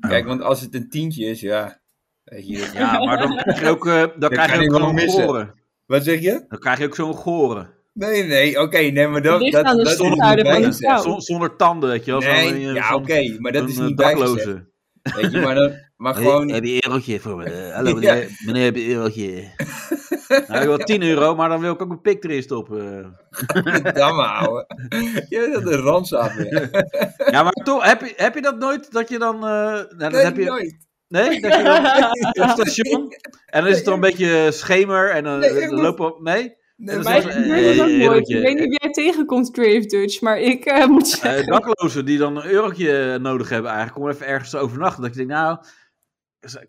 Kijk, want als het een tientje is, ja. Weet je, ja, maar dan krijg je ook, eh, dan krijg kan je je ook wel zo'n missen. goren. Wat zeg je? Dan krijg je ook zo'n goren. Nee, nee, oké, nee, maar dat, Ligt dat, aan de dat is niet stofzuiger van de bijgezet. vrouw. Zon- zonder tanden, weet je wel. Nee, zo'n, eh, ja, zo'n- oké, maar dat zo'n, is eh, niet bijgezet. dakloze. Weet je, maar, dan, maar gewoon... Heb je een eurotje voor me? Eh, hallo, Ja. meneer, meneer, heb je een eurotje? nou, ik wil 10 euro, maar dan wil ik ook een pik erin stoppen. Damme, ouwe. Je bent dat een randzaak weer. Ja, maar toch, heb je, heb je dat nooit? Dat je dan. eh, nou, dat Nee, heb je, nooit. Nee, dat je dan op het station. En dan is het dan een beetje schemer en dan Nee, ik dan moet- lopen we mee. Nee, Dat is Mij wel- maar, gebeurt dat eh, ook nooit. eurotje. Ik weet niet wie jij tegenkomt, Crave Dutch, maar ik eh, moet zeggen... Eh, daklozen die dan een eurotje nodig hebben eigenlijk om even ergens te overnachten. Dat je denkt, nou,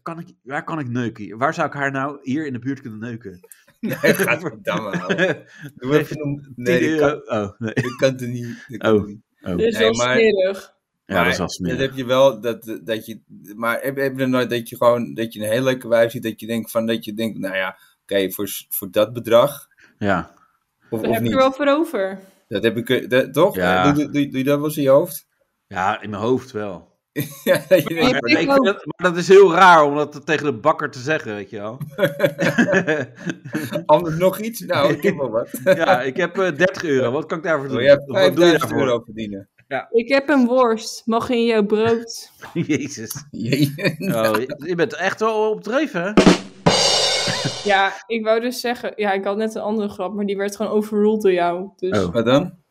kan ik, waar kan ik neuken? Waar zou ik haar nou hier in de buurt kunnen neuken? nee, gaat damme, ouwe. Doe even een... Oh. Nee, €10 dat kan, Oh, nee. dat kan er niet. Dat kan Oh. niet. Dit is nee, wel maar- smerig. Ja, dat is wel Maar smerig. Dat heb je wel, dat, dat je, maar heb, heb je er nooit dat je gewoon, dat je een heel leuke wijf ziet, dat je denkt van, dat je denkt, nou ja, oké, voor, s- voor dat bedrag, Ja. of, Daar of heb je niet. er wel voor over. Dat heb ik, eh, dat- toch? Ja. Doe, doe, doe, doe je dat wel eens in je hoofd? ja, in mijn hoofd wel. ja, dat je denkt, Maar, ik ik ook. vind dat, maar dat is heel raar om dat tegen de bakker te zeggen, weet je wel. anders nog iets? Nou, ik heb wel wat. Oh, ja, ik heb eh, 30 euro. Wat kan ik daarvoor doen? Wil jij Wat doe je 5000 daarvoor? euro verdienen? Ik heb een worst. Mag in jouw brood? Jezus. Jee. Oh, je, je bent echt wel opdreven, hè? Ja, ik wou dus zeggen... Ja, ik had net een andere grap, maar die werd gewoon overruled door jou. Dus Oh. Wat dan?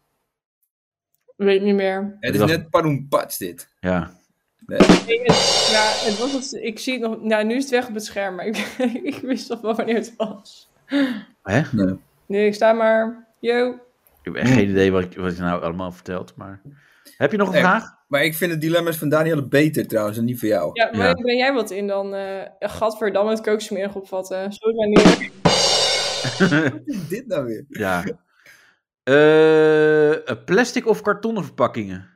weet niet meer. Het Die is was- net paroempats dit. Ja. Ik, het- ja, het was het, ik zie het nog... Nou, nu is het weg op het scherm, maar ik, ik wist nog wel wanneer het was. Hè? Nee. Nee, ik sta maar... Yo. Ik heb echt geen idee wat, ik- wat je nou allemaal vertelt, maar... Heb je nog een Nee. vraag? Maar ik vind de dilemma's van Daniel beter trouwens, en niet van jou. Ja, maar Ja. breng jij wat in dan? eh Gadverdamme, het kooksmerig opvatten. Zo manier. Wat is dit nou weer? Ja. Eh, plastic of kartonnen verpakkingen?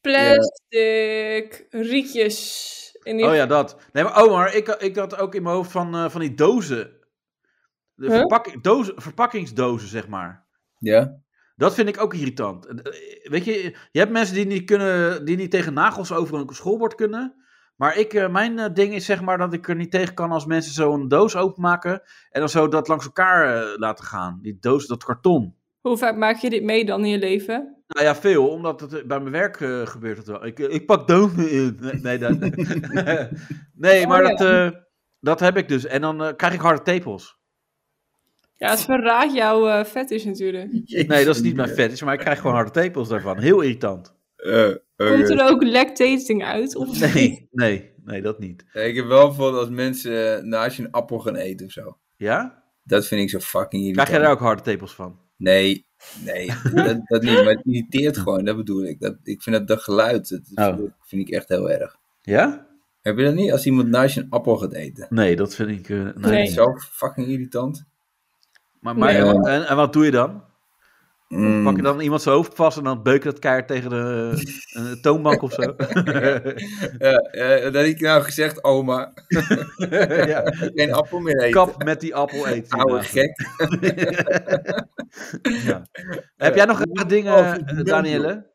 Plastic rietjes. In die Oh ja, dat. Nee, maar, oh, maar ik, ik had ook in mijn hoofd van, eh, van die dozen. De Huh? verpakking, dozen. Verpakkingsdozen, zeg maar. Ja? Dat vind ik ook irritant. Eh, eh, Weet je, je hebt mensen die niet, kunnen, die niet tegen nagels over een schoolbord kunnen. Maar ik, eh, mijn eh, ding is zeg maar dat ik er niet tegen kan als mensen zo'n doos openmaken. En dan zo dat langs elkaar eh, laten gaan. Die doos, dat karton. Hoe vaak maak je dit mee dan in je leven? Nou ja, veel, omdat het eh, bij mijn werk eh, gebeurt het wel. Ik, eh, ik pak dozen in. Nee, nee, dat, nee Oh, maar ja. dat, eh, dat heb ik dus. En dan eh, krijg ik harde tepels. Ja, het verraadt jouw eh, vet is natuurlijk. Nee, dat is niet mijn fetish, maar ik krijg gewoon harde tepels daarvan. Heel irritant. Eh, eh, Komt eh. er ook lactating uit? Of Nee, nee, nee, dat niet. Ja, ik heb wel bijvoorbeeld als mensen eh, naast je een appel gaan eten of zo. Ja? Dat vind ik zo fucking irritant. Krijg jij daar ook harde tepels van? Nee, nee, dat, dat niet. Maar het irriteert gewoon, dat bedoel ik. Dat, ik vind dat, dat geluid, dat Oh. vind, ik- vind ik echt heel erg. Ja? Heb je dat niet als iemand naast je een appel gaat eten? Nee, dat vind ik. eh, nee. Nee. Zo fucking irritant. Maar, maar, eh, Nee. en, en wat doe je dan? Mm. Pak je dan iemand zijn hoofd vast en dan beuk je dat keihard tegen de eh, toonbank of zo? Ja, eh, dat had ik nou gezegd, oma, ja. geen appel meer eten. Kap met die appel eten. Oude gek. Heb jij nog graag Oh, dingen, goed, eh, dank Danielle?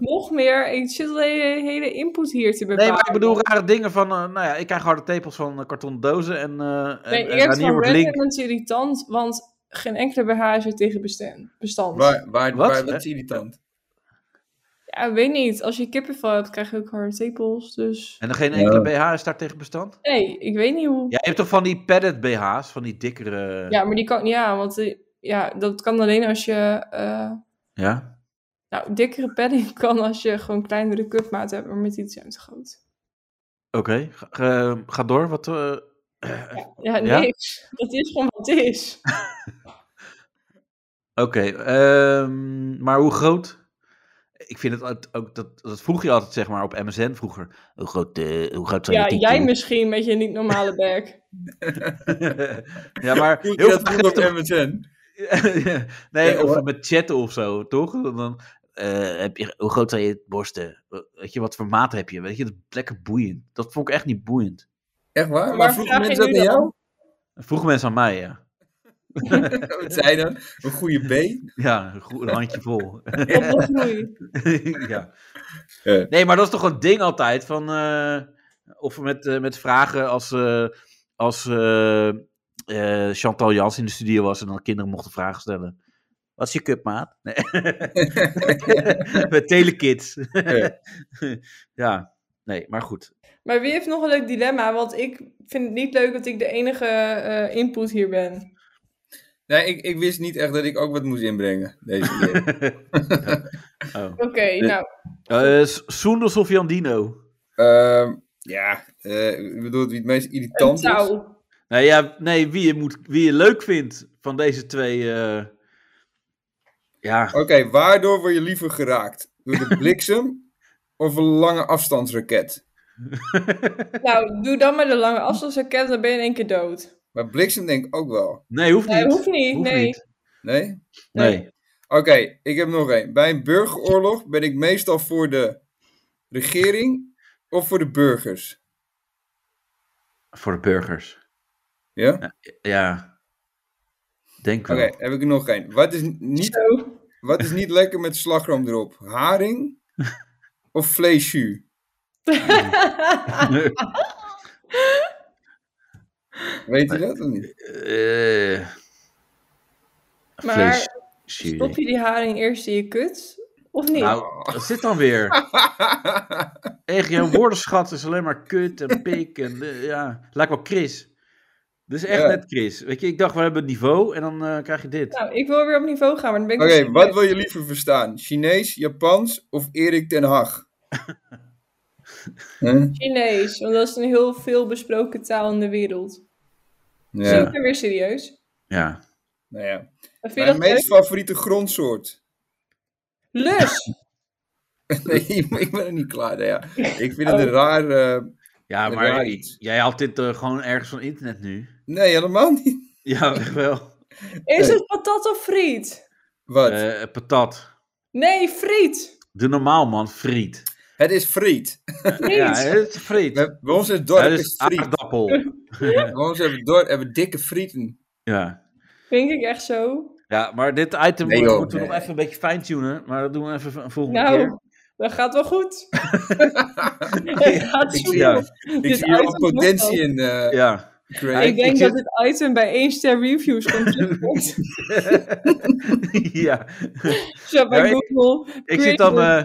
Nog meer, ik zit alleen hele input hier te bepalen. Nee, maar ik bedoel rare dingen van... eh, nou ja, ik krijg harde tepels van eh, kartonnen dozen en... eh en- Nee, en eerst Ranier van wordt Red link. Hat is irritant, want geen enkele bagage tegen bestem- bestand. Waar, waar, Wat? waar, wat is irritant? Ja, weet niet. Als je kippenvel hebt, krijg je ook harde tepels, dus... En er geen enkele BH is daar tegen bestand? Nee, ik weet niet hoe... Ja, je hebt toch van die padded BH's, van die dikkere... Ja, maar die kan... Ja, want eh, ja, dat kan alleen als je... eh, Ja? nou, dikkere padding kan als je gewoon kleinere cupmaat hebt, maar met iets zijn te groot. Oké, ga, eh, ga door. Wat, eh, Ja, Ja? niks. Dat is gewoon wat het is. Oké, ehm, maar hoe groot? Ik vind het ook- ook, dat, dat vroeg je altijd zeg maar op MSN vroeger. Hoe groot, eh, hoe groot zijn Ja, je jij titels? misschien met je niet normale bag. ja, maar Hoe heel je vaak dat is op toch... MSN? nee, Ja, of hoor. met chatten of zo, toch? En Dan, eh, heb je, hoe groot zijn je borsten? Weet je, wat voor maat heb je? Weet je, dat is lekker boeiend. Dat vond ik echt niet boeiend. Echt waar? Maar Maar vroegen vraag je mensen dat nu aan dan? jou? Vroegen mensen aan mij, ja. Wat zei je dan? Een goede B? Ja, een goed- een handje vol. Op de groei. ja. Ja. Nee, maar dat is toch een ding altijd. Van, eh, of met, eh, met vragen als, eh, als eh, eh, Chantal Jans in de studio was en dan kinderen mochten vragen stellen. Wat is je cupmaat? Nee. met telekids. Ja. ja, nee, maar goed. Maar wie heeft nog een leuk dilemma? Want ik vind het niet leuk dat ik de enige eh, input hier ben. Nee, ik, ik wist niet echt dat ik ook wat moest inbrengen deze keer. Oh. Oké, nou, Eh, S- Soendels of Jandino? Ehm, ja, eh, ik bedoel wie het meest een irritant is. touw. Nee, Nou ja, nee wie, je moet, wie je leuk vindt van deze twee. eh, ja. Oké, waardoor word je liever geraakt? Door de bliksem of een lange afstandsraket? Nou, doe dan maar de lange afstandsraket, dan ben je in één keer dood. Maar bliksem denk ik ook wel. Nee, hoeft niet. Nee, hoeft niet, nee. Nee? Nee. Oké, ik heb nog één. Bij een burgeroorlog ben ik meestal voor de regering of voor de burgers. Voor de burgers. Ja? Oké, Ja. Denk wel. heb ik er nog één. Wat is niet, Zo. wat is niet lekker met slagroom erop? Haring of vleesjus? Weet je dat of niet? Eh, Maar vleesjury. stop je die haring eerst in je kut? Of niet? Nou, wat zit dan weer? Echt, jouw woordenschat is alleen maar kut en pik en eh, ja. Lijkt wel Chris. Dit is echt Ja. net Chris. Weet je, ik dacht we hebben het niveau en dan eh, krijg je dit. Nou, ik wil weer op niveau gaan, maar dan ben ik... Oké, misschien- wat wil je liever verstaan? Chinees, Japans of Erik ten Hag? Huh? Chinees, want dat is een heel veel besproken taal in de wereld. Zie Ja. ik er weer serieus? Ja. Nou ja. Vind je Mijn dat meest favoriete grondsoort. leuk? Lus! Nee, ik ben er niet klaar. Nou ja. Ik vind Oh. het een raar. eh, Ja, Ja, maar right. jij haalt dit eh, gewoon ergens van internet nu. Nee, helemaal niet. Ja, echt wel. Is het patat of friet? Wat? Eh, patat. Nee, friet! Doe normaal, man. Friet. het is friet. Friet! Ja, het is friet. We- Bij ons in het Ja, dorp dat is is friet. aardappel. Bij ons hebben, we dorp, hebben we dikke frieten. Ja. Vind ik echt zo. ja, maar dit item Nee, eh, joh. moeten we nog Nee. even een beetje fijn-tunen. Maar dat doen we even een volgende Nou, keer. dat gaat wel goed. Het gaat Ik zo. zie- ja. Dit Ik zie hier al item mag potentie in. eh Ja. Craig. Ik denk Ik dat zit- dit item bij één ster reviews komt. terugkomt. ja. Zo bij Ja, ik- Google. Ik Creative. zit dan... eh,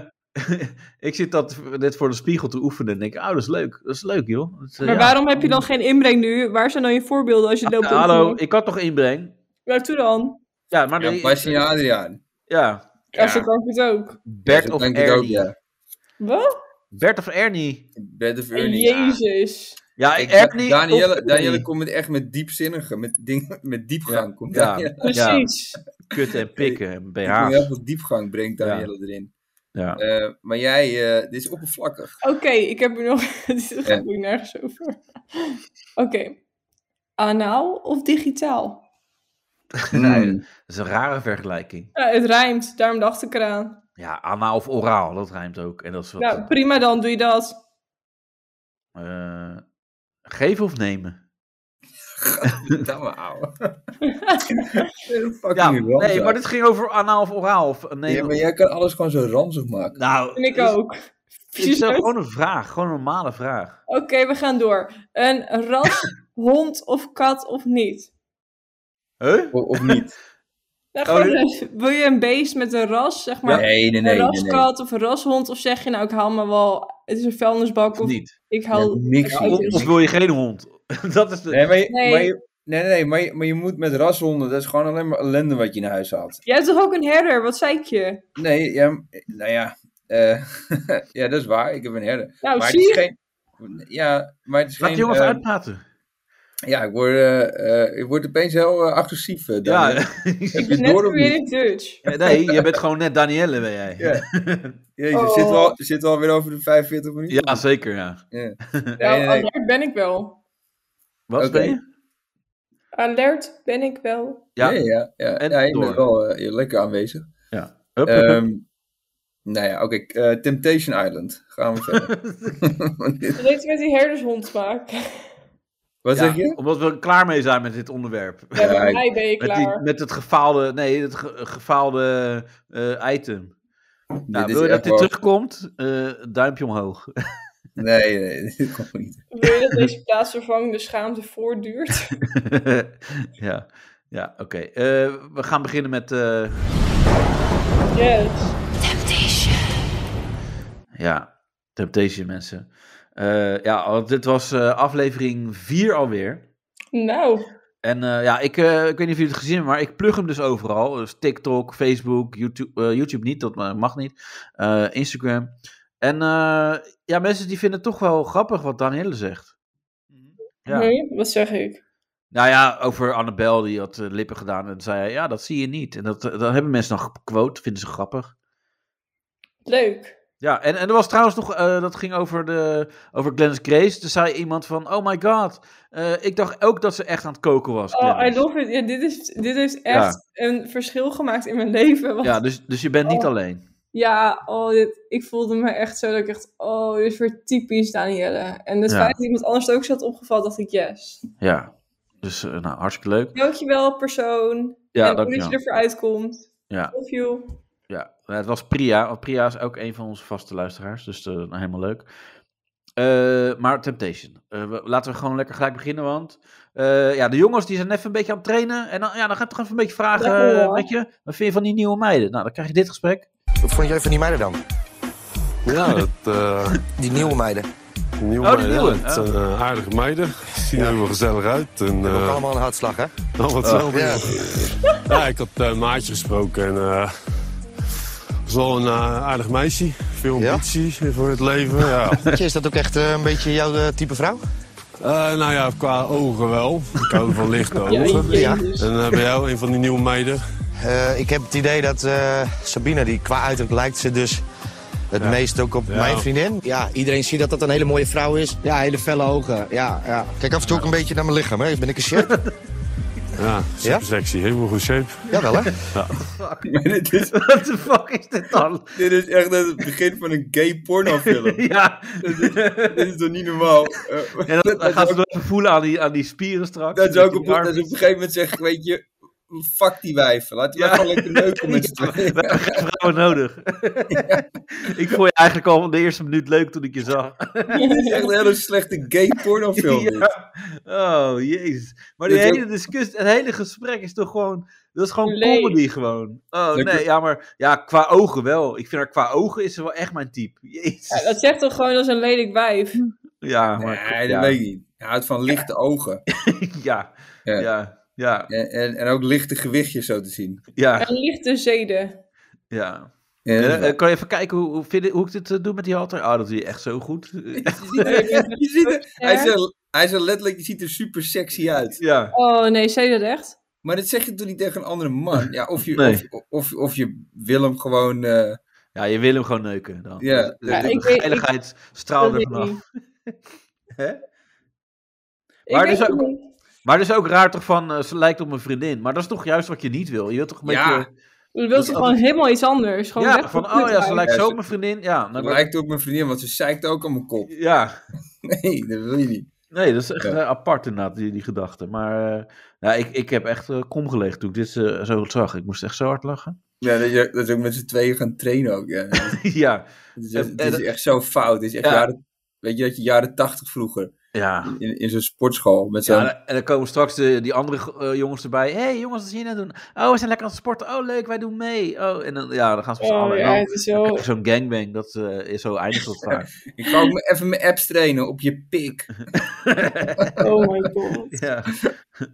ik zit dat net voor de spiegel te oefenen. En denk, oh, dat is leuk. Dat is leuk, joh. Dat is, eh, Maar ja. waarom heb je dan geen inbreng nu? Waar zijn dan je voorbeelden als je loopt? Ja, hallo, op- ik had toch inbreng? Waartoe dan? Ja, maar nee. ja, Bas en Adriaan. ja. Ja, zo kan ik het ook. Bert of denk ik ook, Ernie. ja. Wat? Bert of Ernie. Bert of Ernie. Jezus. Ja, Ik- Ernie Danielle, of Danielle Ernie. komt met echt met diepzinnige, met, ding, met diepgang. komt ja. Danielle. Precies. Kutten en pikken en Die brengt Heel BH's. veel diepgang brengt Danielle erin. Ja. Eh, maar jij, eh, dit is oppervlakkig. Oké, ik heb er nog. Dit gaat nu nergens over. Oké. Anaal of digitaal? Nee, dat is een rare vergelijking. Ja, het rijmt, daarom dacht ik eraan. Ja, anaal of oraal, dat rijmt ook. En dat is wat. Nou, prima dan, doe je dat. eh, geven of nemen? Gadverdamme, ouwe. Ja, Fucking ranzig. nee, maar dit ging over anaal of oraal. Of, eh, nee, Ja, maar jij kan alles gewoon zo ranzig maken. Nou, Vind ik dus- ook. Ik stel Precies. gewoon een vraag, gewoon een normale vraag. Oké, we gaan door. Een ras, hond of kat of niet? Huh? O- Of niet? Nou, Oh, gewoon, een- wil je een beest met een ras, zeg maar? Nee, nee, een nee. nee, nee. raskat of een rashond? Of zeg je nou, ik haal me wel... Het is een vuilnisbak Of of niet? ik haal... Ja, niks. Oh, Ja, joh. Of, of wil je geen hond? Dat is de... Nee, maar je, Nee. Maar je, nee, nee, nee, maar je, maar je moet met rashonden, dat is gewoon alleen maar ellende wat je naar huis haalt. Jij hebt toch ook een herder? Wat zei ik je? Nee, ja, nou ja. eh, ja, dat is waar. Ik heb een herder. Nou, maar het zie is je? geen... Ja, maar het is Laat geen... de jongens eh, uitpraten. Ja, ik word, eh, eh, ik word opeens heel eh, agressief. eh, Ja, Daniel. Ik je ben net door of weer niet? in Dutch. nee, je bent gewoon net Danielle, ben jij. Ja. Jezus, Oh. zitten we al- zitten we alweer over de 45 minuten? Ja, zeker, ja. Nee, nee, Nou, nee. alert ben ik wel. Wat Oké. ben je? Alert ben ik wel. Ja. Nee, ja, ja. En ja, je door. bent wel eh, je lekker aanwezig. Hup, hup, hup. Ehm nou ja, oké. eh, Temptation Island. Gaan we verder. Dat heeft met die herdershond te maken. Wat Ja, zeg je? Omdat we er klaar mee zijn met dit onderwerp. Ja, bij ik- mij ben je Met, die, klaar. met het gefaalde, nee, het ge- gefaalde eh, item. Nou, is wil je dat echt dit wel- terugkomt? Eh, duimpje omhoog. Nee, nee, dit komt niet. Wil je dat deze plaatsvervangende schaamte voortduurt? ja, ja oké. Eh, we gaan beginnen met. eh, Yes. ja, Temptation mensen. Eh, ja, want dit was eh, aflevering 4 alweer. Nou, En eh, ja, ik, eh, ik weet niet of jullie het gezien hebben, maar ik plug hem dus overal. Dus TikTok, Facebook, YouTube, eh, YouTube niet, dat ma- mag niet. Eh, Instagram. En eh, ja, mensen die vinden het toch wel grappig wat Danielle zegt. Ja. hm, wat zeg ik? Nou ja, over Annabel, die had eh, lippen gedaan. En zei hij, ja, dat zie je niet. En dat, dat hebben mensen dan gequote, vinden ze grappig. Leuk. Ja, en, en er was trouwens nog, eh, dat ging over, de, over Glennis Grace. Toen zei iemand van, oh my god, eh, ik dacht ook dat ze echt aan het koken was. Oh, I Glennis." love it. Ja, dit, is, dit heeft echt een verschil gemaakt in mijn leven. Want, Ja, ja, dus, dus je bent niet Oh. alleen. oh, dit, ik voelde me echt zo dat ik echt, oh, dit is weer typisch Danielle. En het Ja. feit dat iemand anders het ook zat opgevallen, dacht ik, yes. Ja, dus eh, nou, hartstikke leuk. Dankjewel, persoon. Ja, en hoe dat dankjewel. je ervoor uitkomt. Ja, Love you. ja. Nou, het was Priya, want Priya is ook een van onze vaste luisteraars, dus eh, nou, helemaal leuk. Eh, maar Temptation, Eh, we- laten we gewoon lekker gelijk beginnen, want eh, ja, de jongens die zijn even een beetje aan het trainen en dan, ja, dan ga je toch even een beetje vragen, Lekker, eh, hoor. weet je, wat vind je van die nieuwe meiden? Nou, dan krijg je dit gesprek. Wat vond jij van die meiden dan? Ja, dat, eh, Die nieuwe meiden. nieuwe Oh, die meiden, nieuwe, ja, het oh. zijn eh, aardige meiden. Ze zien er helemaal gezellig uit. En, Ook eh, allemaal een hartslag, hè? allemaal hetzelfde. Ja. Ja, ik had eh, een maatje gesproken en eh, het was wel een eh, aardig meisje. Veel Ja? ambitie voor het leven. Ja. Is dat ook echt eh, een beetje jouw eh, type vrouw? Eh, nou ja, qua ogen wel. Ik hou van lichte ogen. Ja. En eh, bij jou, een van die nieuwe meiden. Eh, ik heb het idee dat eh, Sabine, die qua uiterlijk lijkt ze dus het meest ook op mijn vriendin. Ja, iedereen ziet dat dat een hele mooie vrouw is. Ja, hele felle ogen. Ja, ja. Kijk af en toe ook een beetje naar mijn lichaam, hè? Ben ik een shit? Ja, super sexy. Helemaal goed shape. Jawel, hè? Maar dit, is, What the fuck is dit dan? dit is echt net het begin van een gay pornofilm. ja, dit is toch niet normaal? Eh, en dan, dat, gaan ze is ook, nog even voelen aan die, aan die spieren straks. dat is ook Die op, dat is op armpjes. een gegeven moment zeg ik, weet je, fuck die wijven. Laten we Ja. gewoon lekker neuken met z'n tweeën. We hebben geen vrouwen nodig. ik vond je eigenlijk al van de eerste minuut leuk toen ik je zag. Dit is echt een hele slechte gay pornofilm. dit. Ja. Oh, jezus. Maar die Dat is hele discussie, het hele gesprek is toch gewoon... Dat is gewoon Leeg. comedy gewoon. Oh, Lekker. nee, ja, maar ja, qua ogen wel. Ik vind haar qua ogen is ze wel echt mijn type. Jezus. Ja, dat zegt toch gewoon, dat is een lelijk wijf. Ja, maar... Nee, ja. dat weet ik niet. Hij houdt van lichte ogen. ja, Ja. ja, ja, En, en, en ook lichte gewichtjes zo te zien. ja, Een lichte zeden. ja. Ja, dat is Eh, eh, kan je even kijken hoe, hoe, vind je- hoe ik dit eh, doe met die halter? Ah, dat doe je echt zo goed. Je ziet er, hij, eh, is er, hij is er letterlijk, je ziet er super sexy uit. ja. Oh nee, zei je dat echt? Maar dat zeg je toch niet tegen een andere man? Ja, of je, Nee. of, of, of je wil hem gewoon... eh, Ja, je wil hem gewoon neuken dan. Ja. De, de, Ja, de ik weet- geiligheid straalde Dat er weet ik vanaf. niet. Hè? Ik Maar weet dus het ook- niet. Maar dat is ook raar toch van, eh, ze lijkt op mijn vriendin. Maar dat is toch juist wat je niet wil. Je wilt toch een Ja. beetje... Dan Dus Dat wil is ze gewoon helemaal iets anders. Gewoon ja, weg van, met oh ja, ze uit. lijkt Ja, zo ze- op mijn vriendin. Ja, nou, lijkt op mijn vriendin, want ze zeikt ook aan mijn kop. ja. Nee, dat wil je niet. Nee, dat is echt eh, apart inderdaad, die, die gedachte. Maar eh, nou, ik, ik heb echt eh, kom gelegen toen ik dit eh, zo zag. Ik moest echt zo hard lachen. Ja, dat, je, dat is ook met z'n tweeën gaan trainen ook. Ja. ja. Het is, echt- En- het en is dat- echt zo fout. Het is echt Ja. jaren, weet je dat je jaren tachtig vroeger Ja. in, in zo'n sportschool met zo'n... Ja, en- en dan komen straks de, die andere eh, jongens erbij. Hé hey, jongens, wat zie je nou doen? Oh, we zijn lekker aan het sporten. Oh, leuk, wij doen mee. Oh, en dan, ja, dan gaan ze met z'n Oh, allen. ja, en dan- het is dan zo- krijg je Zo'n gangbang, dat eh, is zo eindigt dat vaak. Ik ga ook me- even mijn apps trainen op je pik. Oh my god. ja.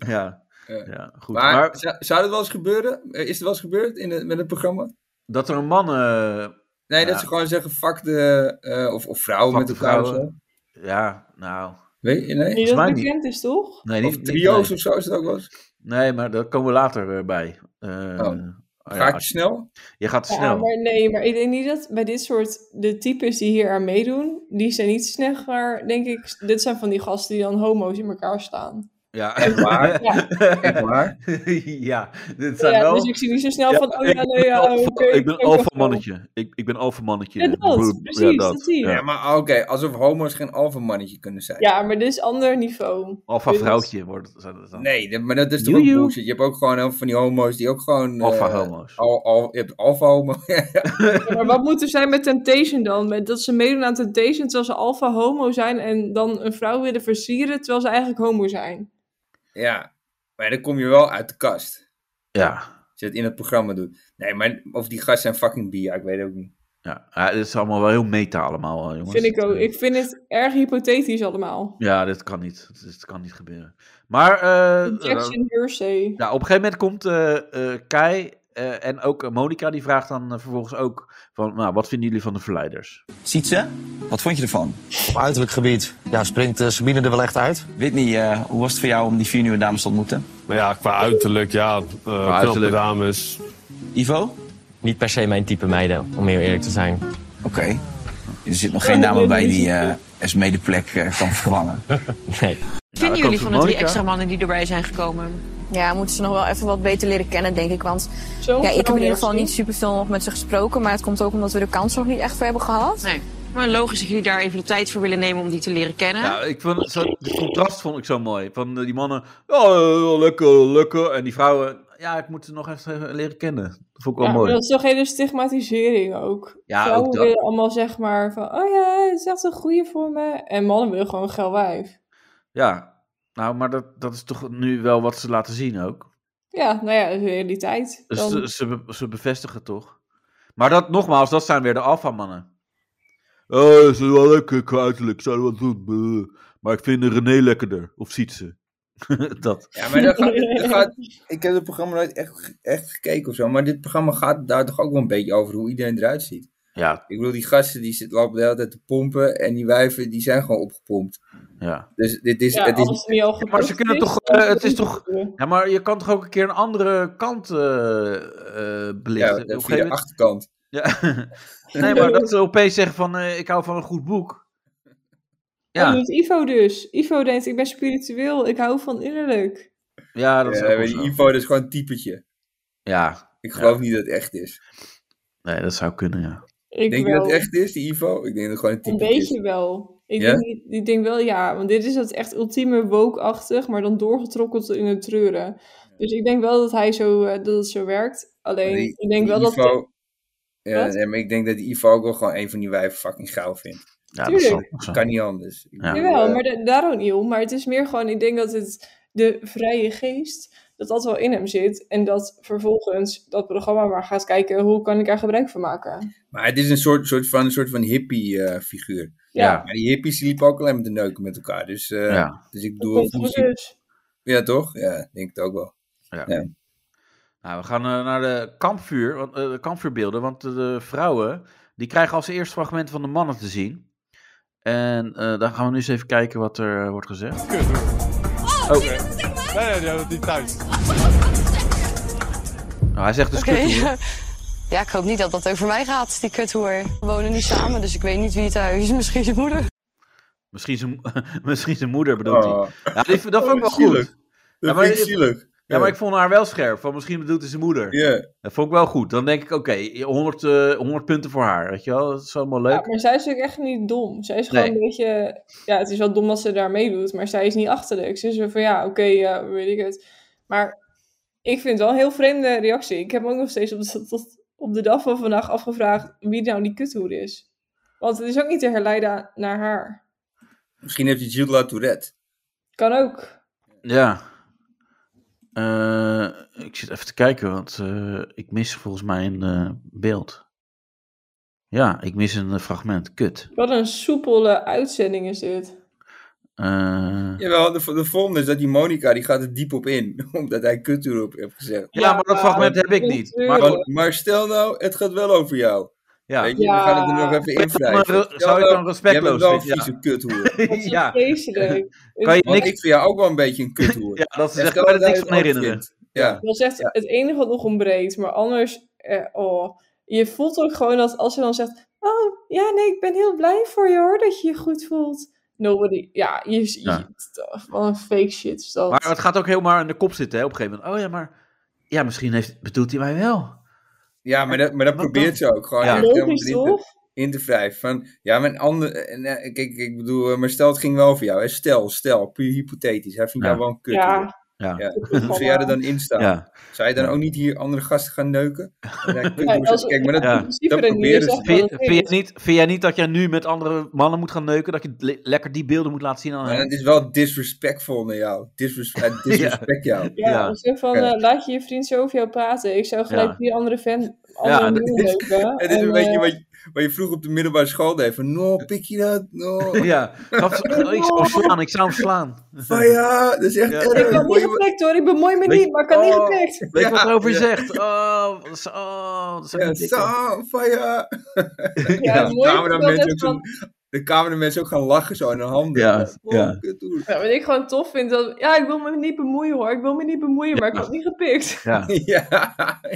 ja. Ja. ja, goed. Maar, maar zou, zou dat wel eens gebeuren? Eh, Is het wel eens gebeurd in het- met het programma? dat er een man eh, Ja. Nee, dat ze gewoon zeggen, fuck de... eh, of, of vrouwen Fuck met de elkaar of vrouwen. zo. Ja, nou. Weet je, nee? Die dat mij niet. bekend is, toch? Nee, Of niet, trio's niet, of zo is het ook wel eens. nee. nee, maar daar komen we later eh, bij. Eh, oh ja, Ga ik als- snel? je gaat te Ja, snel. maar nee, maar ik denk niet dat bij dit soort de types die hier aan meedoen, die zijn niet slecht, maar denk ik, dit zijn van die gasten die dan homo's in elkaar staan. Ja, waar. Ja, Echt waar? ja, dit zijn ja, wel... dus ik zie niet zo snel Ja, van, oh ik ja, nee, ben ja, alfa- oké, ik ben ook alfa wel. mannetje. Ik, ik ben alfa mannetje. Ja, dat, precies, dat zie je. Ja, maar oké, alsof homo's geen alfamannetje kunnen zijn. Ja, maar dit is ander niveau. Alfa Dit is- vrouwtje wordt het- zou dat dan. Nee, dat- maar dat is toch Joejoe. ook bullshit. Je hebt ook gewoon heel veel van die homo's die ook gewoon... eh, Alfa-homo's. Al, al, je hebt alfa-homo. Ja, maar wat moet er zijn met Temptation dan? Met dat ze meedoen aan Temptation terwijl ze alfa homo zijn en dan een vrouw willen versieren terwijl ze eigenlijk homo zijn. ja, maar dan kom je wel uit de kast. Ja, Als je het in het programma doet. Nee, maar of die gasten zijn fucking bier, ik weet het ook niet. ja. ja, dit is allemaal wel heel meta allemaal, eh, jongens. Vind ik ook. Ik vind het erg hypothetisch allemaal. Ja, dit kan niet. Dit, dit kan niet gebeuren. Maar eh, Jackson Hersey. Nou, op een gegeven moment komt eh, eh, Kai eh, en ook eh, Monica die vraagt dan eh, vervolgens ook van, nou, wat vinden jullie van de verleiders? Ziet ze? Wat vond je ervan? Op uiterlijk gebied ja, springt eh, Sabine er wel echt uit. Whitney, eh, hoe was het voor jou om die vier nieuwe dames te ontmoeten? Nou ja, qua uiterlijk, ja. eh knappe uiterlijk. dames. Ivo? Niet per se mijn type meiden, om heel eerlijk te zijn. Oké. Er zit nog geen dame bij die eh Esmee de plek eh, kan vervangen. Nee. Vinden dan jullie komt van de drie Monica. extra mannen die erbij zijn gekomen? Ja, moeten ze nog wel even wat beter leren kennen, denk ik. Want ja, ik heb in ieder geval niet superveel nog met ze gesproken. Maar het komt ook omdat we de kans nog niet echt voor hebben gehad. Nee. Maar logisch dat jullie daar even de tijd voor willen nemen om die te leren kennen. Nou, ik vond het zo, het contrast vond ik zo mooi. Van eh, die mannen, ja, eh, lekker, lekker. En die vrouwen, ja, ik moet ze nog echt even eh, leren kennen. Dat vond ik wel Ja, maar mooi. dat is toch hele stigmatisering ook. Ja, Vrouwen ook dat. willen allemaal zeg maar van, oh ja, het is echt een goeie voor me. En mannen willen gewoon een geil wijf. Ja, nou, maar dat, dat is toch nu wel wat ze laten zien ook. Ja, nou ja, dat is de realiteit. Dus Dan, ze, ze, be- ze bevestigen het toch. Maar dat, nogmaals, dat zijn weer de alfamannen. Oh, ze zijn wel lekker qua uiterlijk, ze zouden wat doen. bleh. Maar ik vind de René lekkerder. Of ziet ze. dat. Ja, maar dat gaat, dat gaat- ik heb het programma nooit echt, echt gekeken of zo. Maar dit programma gaat daar toch ook wel een beetje over hoe iedereen eruit ziet. Ja. Ik bedoel, die gasten die zitten lopen de hele tijd te pompen. En die wijven, die zijn gewoon opgepompt. Ja. Dus dit is... ja, het als is het niet al Maar ze gebeurd kunnen is, toch. dan eh, het is het toch. niet Ja, maar je kan toch ook een keer een andere kant eh, eh, ja, belichten. Op een gegeven via de moment- achterkant. Ja. nee, maar dat ze opeens zeggen van eh, ik hou van een goed boek. Ja. Ja. Dat doet Ivo dus. Ivo denkt, ik ben spiritueel, ik hou van innerlijk. Ja, dat is Ja, ook wel maar zo. die info, dat is gewoon een typetje. Ja. Ik geloof niet dat het echt is. Nee, dat zou kunnen, ja. Ik denk wel. je dat het echt is, die Ivo? Ik denk dat het gewoon een Een typetje is. beetje wel. Ik, Ja? denk, niet- ik denk wel ja, want dit is dat echt ultieme woke-achtig, maar dan doorgetrokken tot in het treuren. Dus ik denk wel dat hij zo, eh, dat het zo werkt. Alleen, Die- ik denk die wel dat... Ivo- Ja, Wat? nee, maar ik denk dat die Ivo ook wel gewoon een van die wijven fucking gauw vindt. Ja, dat Tuurlijk. zal Kan niet anders. Ik bedoel, Jawel, eh, maar da- daarom niet om. Maar het is meer gewoon, ik denk dat het de vrije geest, dat dat wel in hem zit. En dat vervolgens dat programma maar gaat kijken, hoe kan ik daar gebruik van maken? Maar het is een soort, soort, van, een soort van hippie eh, figuur. Ja. Maar die hippies die liepen ook alleen met de neuken met elkaar. Dus, eh, Ja. dus ik Dat doe... komt goed dus. Ja, toch? Ja, ik denk het ook wel. Ja. Ja. Nou, we gaan eh, naar de, kampvuur, want, eh, de kampvuurbeelden. Want de vrouwen die krijgen als eerst fragment van de mannen te zien. En eh dan gaan we nu eens even kijken wat er eh, wordt gezegd. Oh, Oh. Nee, nee, nee, dat is niet thuis. Nou, hij zegt dus Oké. kut, hoor. Ja, ik hoop niet dat dat over mij gaat, die kuthoer. We wonen niet samen, dus ik weet niet wie het thuis is. Misschien zijn moeder. Misschien zijn, misschien zijn moeder bedoelt Oh. hij. Ja, die- dat vond ik wel Zielig. goed. Dat maar vind ik je- zielig. Ja, maar ik vond haar wel scherp. Van misschien bedoelt hij zijn moeder. Ja. Dat vond ik wel goed. Dan denk ik, oké, 100, eh, 100 punten voor haar. Weet je wel, dat is allemaal leuk. Ja, maar zij is ook echt niet dom. Zij is gewoon Nee. een beetje... Ja, het is wel dom dat ze daar meedoet, maar zij is niet achterlijk. Ze is zo van, ja, oké, ja, weet ik het. Maar ik vind het wel een heel vreemde reactie. Ik heb me ook nog steeds op de, tot op de dag van vandaag afgevraagd wie nou die kuthoer is. Want het is ook niet te herleiden aan- naar haar. Misschien heeft hij Jude La Tourette. Kan ook. Ja. Eh, ik zit even te kijken, want eh, ik mis volgens mij een eh, beeld. Ja, ik mis een eh, fragment. Kut. Wat een soepele uitzending is dit. Eh, Jawel, de, de volgende is dat die Monica die gaat er diep op in. Omdat hij kuttoer op heeft gezegd. Ja, maar dat fragment heb ik niet. Maar- Maar, maar stel nou, het gaat wel over jou. Ja. Weet je, we gaan het er nog even nou, in Zou ik dan- wrijven. zou ik dan respectloos zijn? vinden? een vieze kuthoer. ja. Vreselijk. Kan je Want niks- ik vind jou ook wel een beetje een kuthoer. Ja, dat is En echt stel waar ik dat niks hij van het ook herinneren. vindt. Ja. Dat is echt het enige wat nog ontbreekt. Maar anders, eh, oh. Je voelt ook gewoon dat als ze dan zegt... Oh, ja, nee, ik ben heel blij voor je hoor, dat je je goed voelt. Nobody, ja, je, je- Ja. wat een fake shit is dat. Maar het gaat ook helemaal in de kop zitten hè, op een gegeven moment. Oh ja, maar ja, misschien heeft, bedoelt hij mij wel. Ja, maar dat, maar dat probeert ze ook. Gewoon Ja. echt helemaal Logisch, erin toch? te, in te wrijven. Van, ja, mijn ander... en, eh, Kijk, ik bedoel, eh, maar stel het ging wel over jou. Hè? Stel, stel, puur hypothetisch. Hij vindt Ja. jou wel een kut. Ja. hoor. Ja. Hoe zou jij er dan in staan? Ja. Zou je dan ook niet hier andere gasten gaan neuken? En dan- Ja, als- kijk, maar dat, Ja. dat proberen ze. Vind, je- vind jij niet, vind jij niet dat jij nu met andere mannen moet gaan neuken? Dat je le- lekker die beelden moet laten zien aan Maar hen? het is wel disrespectful naar jou. Disres hij disrespect jou. ja, zo van, Ja. eh, laat je je vriend zo over jou praten. Ik zou gelijk Ja. die andere fan... Ja, Andere dat ja, is- Het is een eh, beetje wat je, wat je vroeg op de middelbare school deed. Van, no, pik je dat? No. Ja, gaf- oh, ik zou hem slaan, ik zou hem slaan. Van ja, dat is echt Ja. erg. Ik had niet geprikt hoor, ik bemoei me Weet je- niet, maar ik had niet oh, geprikt. Weet je wat Ja. er over je Ja. zegt? Oh, dat is- oh, dat is ook Ja, niet dik, hoor. zo, van ja. Ja, Ja, het de mooie cameramensen is ook wel zo- de cameramensen ook gaan lachen zo in hun handen. Ja, Oh, ja. kut, hoor. Ja, wat ik gewoon tof vind, dat, ja, ik wil me niet bemoeien hoor, ik wil me niet bemoeien, maar ik had niet gepikt. Ja. ja.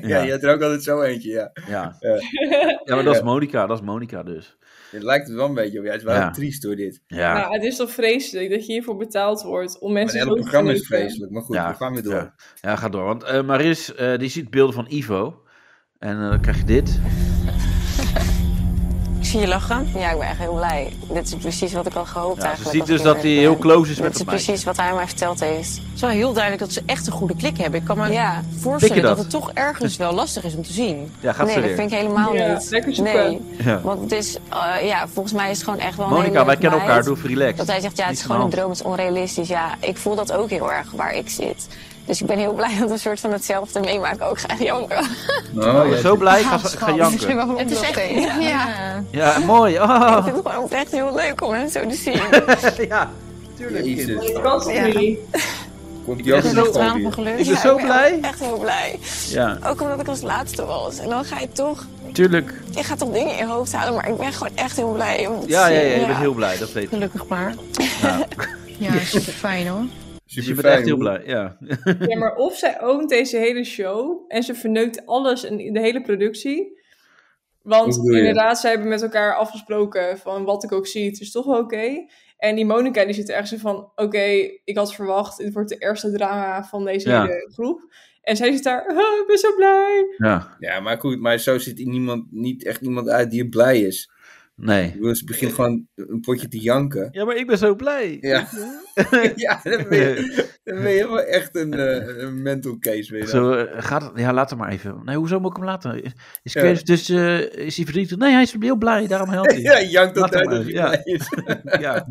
ja, je had er ook altijd zo eentje, ja. Ja. Ja. ja, maar dat is Ja. Monica, dat is Monica dus. Het lijkt het wel een beetje op. Ja, het is wel Ja. triest door dit. Ja. Nou, het is toch vreselijk dat je hiervoor betaald wordt om Het mensen hele zo te programma is neuken. vreselijk, maar goed, Ja. we gaan weer door. Ja, ja ga door. Want eh, Maris, eh, die ziet beelden van Ivo. En eh, dan krijg je dit. Ik zie je lachen. Ja, ik ben echt heel blij. Dit is precies wat ik al gehoopt Ja, ze eigenlijk. ziet als dus ik dat hij eerlijk heel ben. close is met Dit is dat meisje. precies wat hij mij verteld heeft. Het is wel heel duidelijk dat ze echt een goede klik hebben. Ik kan me Ja. voorstellen Pik je dat? dat? het toch ergens wel lastig is om te zien. Ja, gaat nee, ze dat weer. vind ik helemaal Ja, niet. lekker zoeken. nee, Ja. want het is, eh, ja, volgens mij is het gewoon echt wel een Monica, hele wij kennen meid. elkaar, doe even relaxed. Dat hij zegt, ja, het Niets is gewoon een aan de droom, het is onrealistisch. Ja, ik voel dat ook heel erg waar ik zit. Dus ik ben heel blij dat we een soort van hetzelfde meemaken. Ook ga janken. Oh, ja, zo blij, ga, ga janken. Het is echt, ja. ja. Ja, mooi. Ik Oh. vind het gewoon echt heel leuk om hem zo te zien. ja, tuurlijk. Jezus. Je kan ze Ja. niet. Komt die ook in de school weer? Dus Ik ben zo blij. Echt heel blij. Ja. Ook omdat ik als laatste was. En dan ga je toch, Tuurlijk. je gaat toch dingen in je hoofd halen, maar ik ben gewoon echt heel blij. Om te Ja, ja, zien. ja, je bent heel blij, dat weet ik. Gelukkig maar. Ja. Ja, super fijn hoor. Dus je bent echt heel blij, ja. Ja, maar of zij oomt deze hele show en ze verneukt alles en de hele productie. Want Hoe bedoel je? inderdaad, zij hebben met elkaar afgesproken van wat ik ook zie, het is toch wel oké. En die Monica die zit er echt zo van, oké, ik had verwacht, dit wordt de eerste drama van deze Ja. hele groep. En zij zit daar, "Ah, ik ben zo blij. Ja. ja, maar goed, maar zo ziet niemand, niet echt iemand uit die er blij is. Nee. Ik bedoel, ze begint gewoon een potje te janken. Ja, maar ik ben zo blij. Ja. ja, dan ben je, dan ben je wel echt een, eh, een mental case weer. Zo, eh, gaat het? Ja, laat hem maar even. Nee, hoezo moet ik hem laten? Is, Ja. Chris dus, eh, is hij verdrietig? Nee, hij is heel blij, daarom helpt hij. Ja, jankt Laat dat hem uit dat maar, hij ja. blij is. Ja.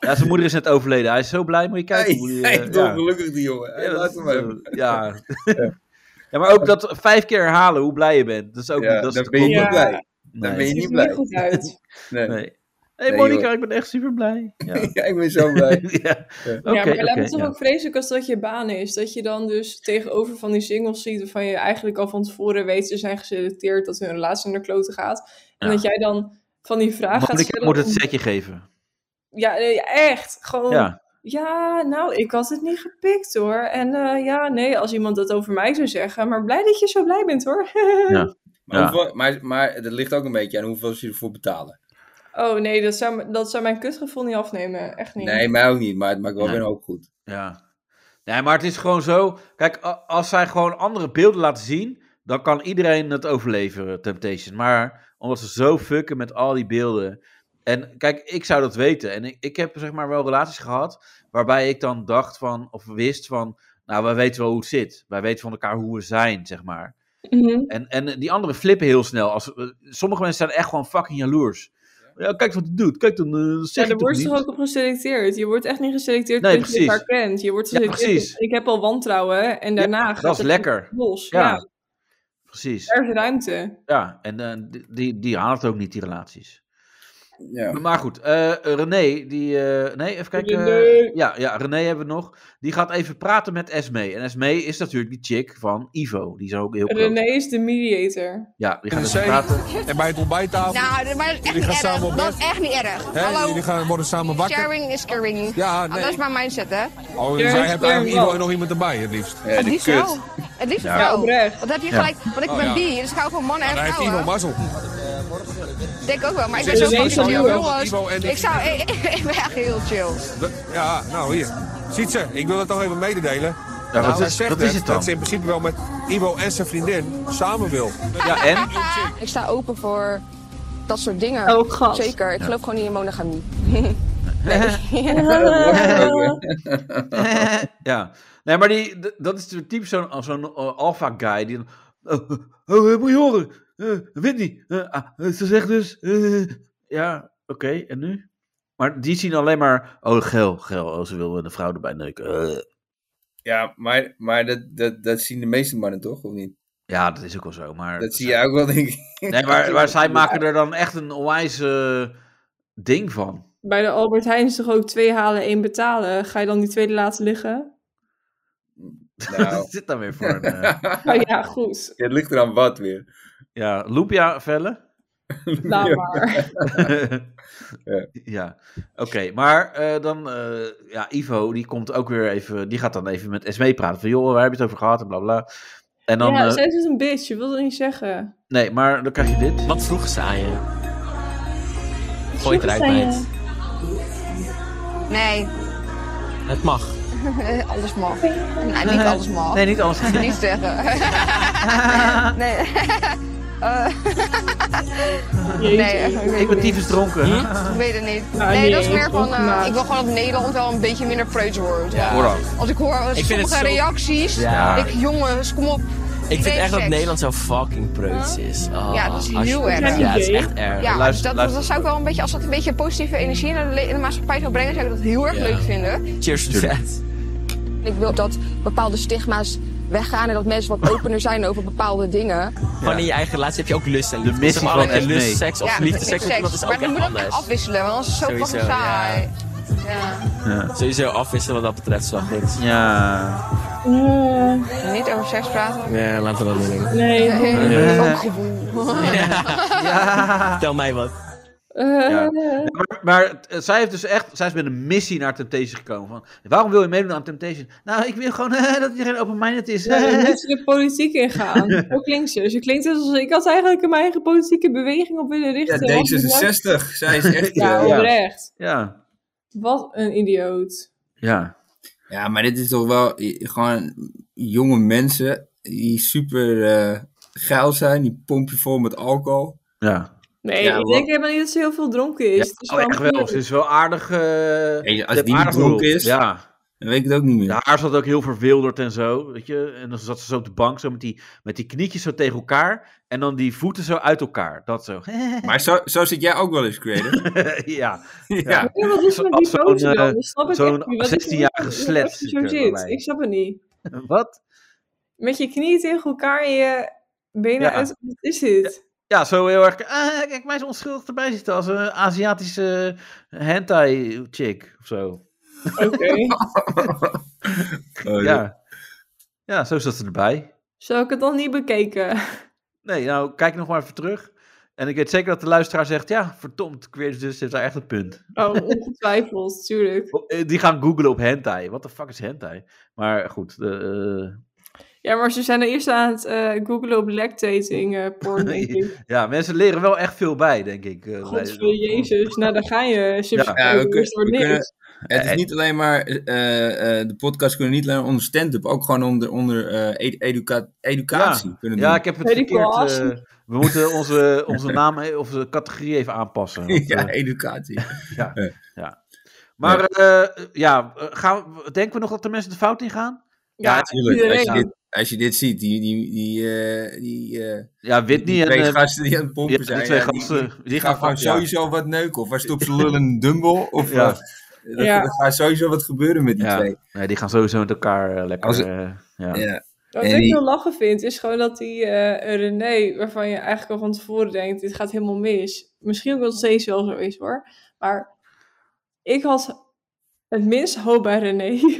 ja, zijn moeder is net overleden. Hij is zo blij, moet je kijken. hoe die, Hij eh, is ja. ongelukkig, die jongen. Hij Ja, laat hem dat- eh, maar even. Ja. ja, maar ook dat vijf keer herhalen hoe blij je bent. Dat is ook Ja, niet, dat is dan ben je ook niet niet- blij. Nee. Dan ben je Het niet ziet blij. er niet goed uit. Nee. Nee. Hé, hey, Nee, Monica, joh. ik ben echt super blij. Ja, Ja. ik ben zo blij. ja. Oké, ja, maar lijkt oké, me toch ja. ook vreselijk als dat je baan is. Dat je dan dus tegenover van die singles ziet waarvan je eigenlijk al van tevoren weet ze zijn geselecteerd dat hun relatie naar de kloten gaat. En Ja. dat jij dan van die vraag gaat Monica stellen moet het om- setje geven. Ja, nee, echt. Gewoon. Ja. Ja. nou, ik had het niet gepikt hoor. En eh, ja, nee, als iemand dat over mij zou zeggen. Maar blij dat je zo blij bent hoor. Ja. Maar, Ja. hoeveel- maar, maar dat ligt ook een beetje aan hoeveel ze ervoor betalen. Oh nee, dat zou, dat zou mijn kutgevoel niet afnemen. Echt niet. Nee, mij ook niet, maar het maakt wel Nee. weer een hoop goed. Ja. Nee, maar het is gewoon zo. Kijk, a- als zij gewoon andere beelden laten zien, dan kan iedereen het overleven, Temptations. Maar omdat ze zo fucken met al die beelden. En kijk, ik zou dat weten. En ik, ik heb zeg maar wel relaties gehad waarbij ik dan dacht van, of wist van, nou, wij weten wel hoe het zit. Wij weten van elkaar hoe we zijn, zeg maar. Mhm. En, en die anderen flippen heel snel. Als, eh, sommige mensen zijn echt gewoon fucking jaloers. Ja, kijk wat hij doet. Kijk dan. eh, dat Ja, zeg je daar toch wordt niet? toch ook op geselecteerd. Je wordt echt niet geselecteerd Nee, omdat je elkaar precies. kent. Je wordt Ja, geselecteerd. precies. Ik heb al wantrouwen en daarna gaat dat is het lekker. los. Ja. Ja. Precies. Er is ruimte. Ja, en eh, die- die, die haalt ook niet, die relaties. Ja. Maar goed, eh, René, die. eh, nee, even kijken. eh, René. ja, ja, René hebben we nog. Die gaat even praten met Esme. En Esme is natuurlijk die chick van Ivo. Die is ook heel groot. René is de mediator. Ja, die gaat even En zij- praten. En bij het ontbijttafel. Nou, maar dat is echt Jullie niet gaan erg. samen op dat bed. is echt niet erg. Hè, Hallo, Jullie gaan, worden samen wakker. sharing is caring. Ja, nee. Dat is mijn mindset, hè? Oh, Oh, dus jij hebt eigenlijk iedereen nog iemand erbij, het liefst. Het liefst wel. Het liefst Ja. wel. Ja, oprecht. Want heb je Ja. gelijk, want ik Oh, ben ja. bi, dus ik hou van mannen en Daar heeft vrouwen. Ivo mazzel. Ik denk ook wel, maar ik ben Ze zo is fucking meestal chill, nieuw, hè? jongens. Ivo en ik. Ik zou, ik, ik ben echt heel chill. De- Ja, nou hier. Ziet ze, ik wil het toch even mededelen. wat Nou, is- hij zegt wat is net het dan? Dat ze in principe wel met Ivo en zijn vriendin samen wil. Ja, en? dus Ik sta open voor dat soort dingen. Oh, gast. Zeker, ik geloof gewoon niet in monogamie. ja. Nee, maar die, d- dat is natuurlijk typisch zo'n als zo'n eh, alpha guy. Die dan, oh, oh, eh, moet je horen. Eh, Whitney. eh, ah, eh, ze zegt dus. eh, ja, oké. en nu? Maar die zien alleen maar. Oh, geil, geil. Oh, ze wil een vrouw erbij neuken. Eh. Ja, maar, maar dat, dat, dat zien de meeste mannen toch, of niet? Ja, dat is ook wel zo. Maar Dat zie je ook wel, denk ik. Nee, maar, maar zij maken er dan echt een onwijs eh, ding van. Bij de Albert Heijn is toch ook twee halen, één betalen. Ga je dan die tweede laten liggen? Wat is dit dan weer voor een... eh? Maar Ah, ja, goed. Nou, Het ligt eraan wat weer. Ja, Loepia vellen. Laat maar. ja, oké. maar eh, dan, eh, ja, Ivo, die komt ook weer even, die gaat dan even met SME praten. Van, joh, waar heb je het over gehad? En bla, bla. En dan, ja, eh, zij is dus een bitch. Je wil dat niet zeggen. nee, maar dan krijg je dit. Wat vroeg ze aan je? Gooi het eruit, Zij, eh, meid. Nee, Het mag. alles mag. Nou, niet alles mag. Nee, niet alles. Niet zeggen. nee. Eh, eh, nee, ik weet Ik ben het niet. tyfus dronken. Ik weet het niet. Nou, nee, nee, dat is meer ik van. ook eh, maar. ik wil gewoon dat Nederland wel een beetje minder preutje wordt. Ja. Hoor dan. Als ik hoor eh, vind sommige het zo- reacties. Ja. Ik, jongens, kom op. Ik vind Nee, echt dat seks. Nederland zo fucking preuts is. Oh, Ja, dat is als je- heel erg. Ja, dat is echt eh, erg. Ja, dat, dat zou ik wel een beetje, als dat een beetje positieve energie naar de, le- in de maatschappij zou brengen, zou ik dat heel erg Ja. leuk vinden. Cheers to that. Ik wil dat bepaalde stigma's weggaan en dat mensen wat opener zijn over bepaalde dingen. Gewoon in je eigen relatie heb je ook lust en liefde. missie Zeg maar, van alleen SME. lust, seks of liefde. Seks met iemand is ook Maar dat echt moet ook anders. afwisselen, want anders is het zo Sowieso, fucking saai. Ja. Sowieso afwisselen wat dat betreft is wel goed. Ja. Niet over seks praten. Nee, laten we dat niet doen. Nee. Nee. Ook gevoel. Tel mij wat. eh, Ja. Ja, maar maar eh, zij, heeft dus echt, zij is met een missie naar Temptation gekomen. Van, waarom wil je meedoen aan Temptation? Nou, ik wil gewoon dat iedereen open-minded is. Ja, je moet de politiek ingaan. Ook links dus. Je klinkt alsof ik had eigenlijk mijn eigen politieke beweging op willen Ja, richten. Wat een blank- D66. Zij is echt... Ja, eh, oprecht. Ja. Wat een idioot. Ja. Ja, maar dit is toch wel i- gewoon jonge mensen die super eh geil zijn. Die pomp je vol met alcohol. Ja. Nee, Ja, ik wat- denk helemaal niet dat ze heel veel dronken is. Het is Oh, echt wel. natuurlijk. Ze is wel aardig. eh, Hey, ze als die niet aardig dronken gerold. is, Ja. dan weet ik het ook niet meer. De haar zat ook heel verwilderd en zo. Weet je? En dan zat ze zo op de bank, zo met die, met die knietjes zo tegen elkaar. En dan die voeten zo uit elkaar. Dat zo. Maar zo, zo zit jij ook wel eens, Creator. ja. ja. Ja, wat is met die Als zo'n, boze eh, dan? Dat snap ik zo'n echt niet. Wat is er 16-jarige met- slet met zit Zo er bij zit. mij. Ik snap het niet. Wat? Met je knieën tegen elkaar en je benen Ja. uit. Wat is dit? Ja, zo heel erg. Ah, kijk, mij is onschuldig erbij zitten als een Aziatische hentai chick of zo. Oké. Oh, ja. ja, zo zat ze erbij. Zo, ik het nog niet bekeken. Nee, nou, kijk nog maar even terug. En ik weet zeker dat de luisteraar zegt, ja, verdomd, Queer dus heeft daar echt een punt. Oh, ongetwijfeld, tuurlijk. Eh, Die gaan googlen op hentai. Wat de fuck is hentai? Maar goed, eh, eh, Ja, maar ze zijn er eerst aan het eh googlen op lactating eh porn, denk ik. ja, mensen leren wel echt veel bij, denk ik. eh, bij- Godver Jezus, nou daar ga je. Ja, Subscribe, we ja, kun- wordt we niks. kunnen- Het is niet alleen maar, eh, eh, de podcast kunnen niet alleen onder stand-up, ook gewoon onder, onder eh, edu- educa- educatie kunnen doen. Ja, ik heb het verkeerd. eh, we moeten onze, onze naam eh, of de categorie even aanpassen. want, ja, eh, educatie. ja, ja. Maar eh, ja, eh, gaan we, denken we nog dat de mensen de fout in gaan? Ja, natuurlijk. Als je, Ja. dit, als je dit ziet, die... die, die, eh, die eh, Ja, Whitney die en, twee eh, gasten die aan het pompen ja, die zijn. twee ja, gasten, die, die gaan gaan gewoon vast, ja. sowieso wat neuken. Of waar stopt ze lullen een dumbbell? Of Ja. wat? Er- Ja. Er gaat sowieso wat gebeuren met die Ja. twee. Nee, die gaan sowieso met elkaar eh, lekker. Als- eh, ja. Ja. Wat En ik die- heel lachen vind, is gewoon dat die eh, René, waarvan je eigenlijk al van tevoren denkt, dit gaat helemaal mis. Misschien ook wel steeds wel zo is hoor. Maar ik had het minst hoop bij René.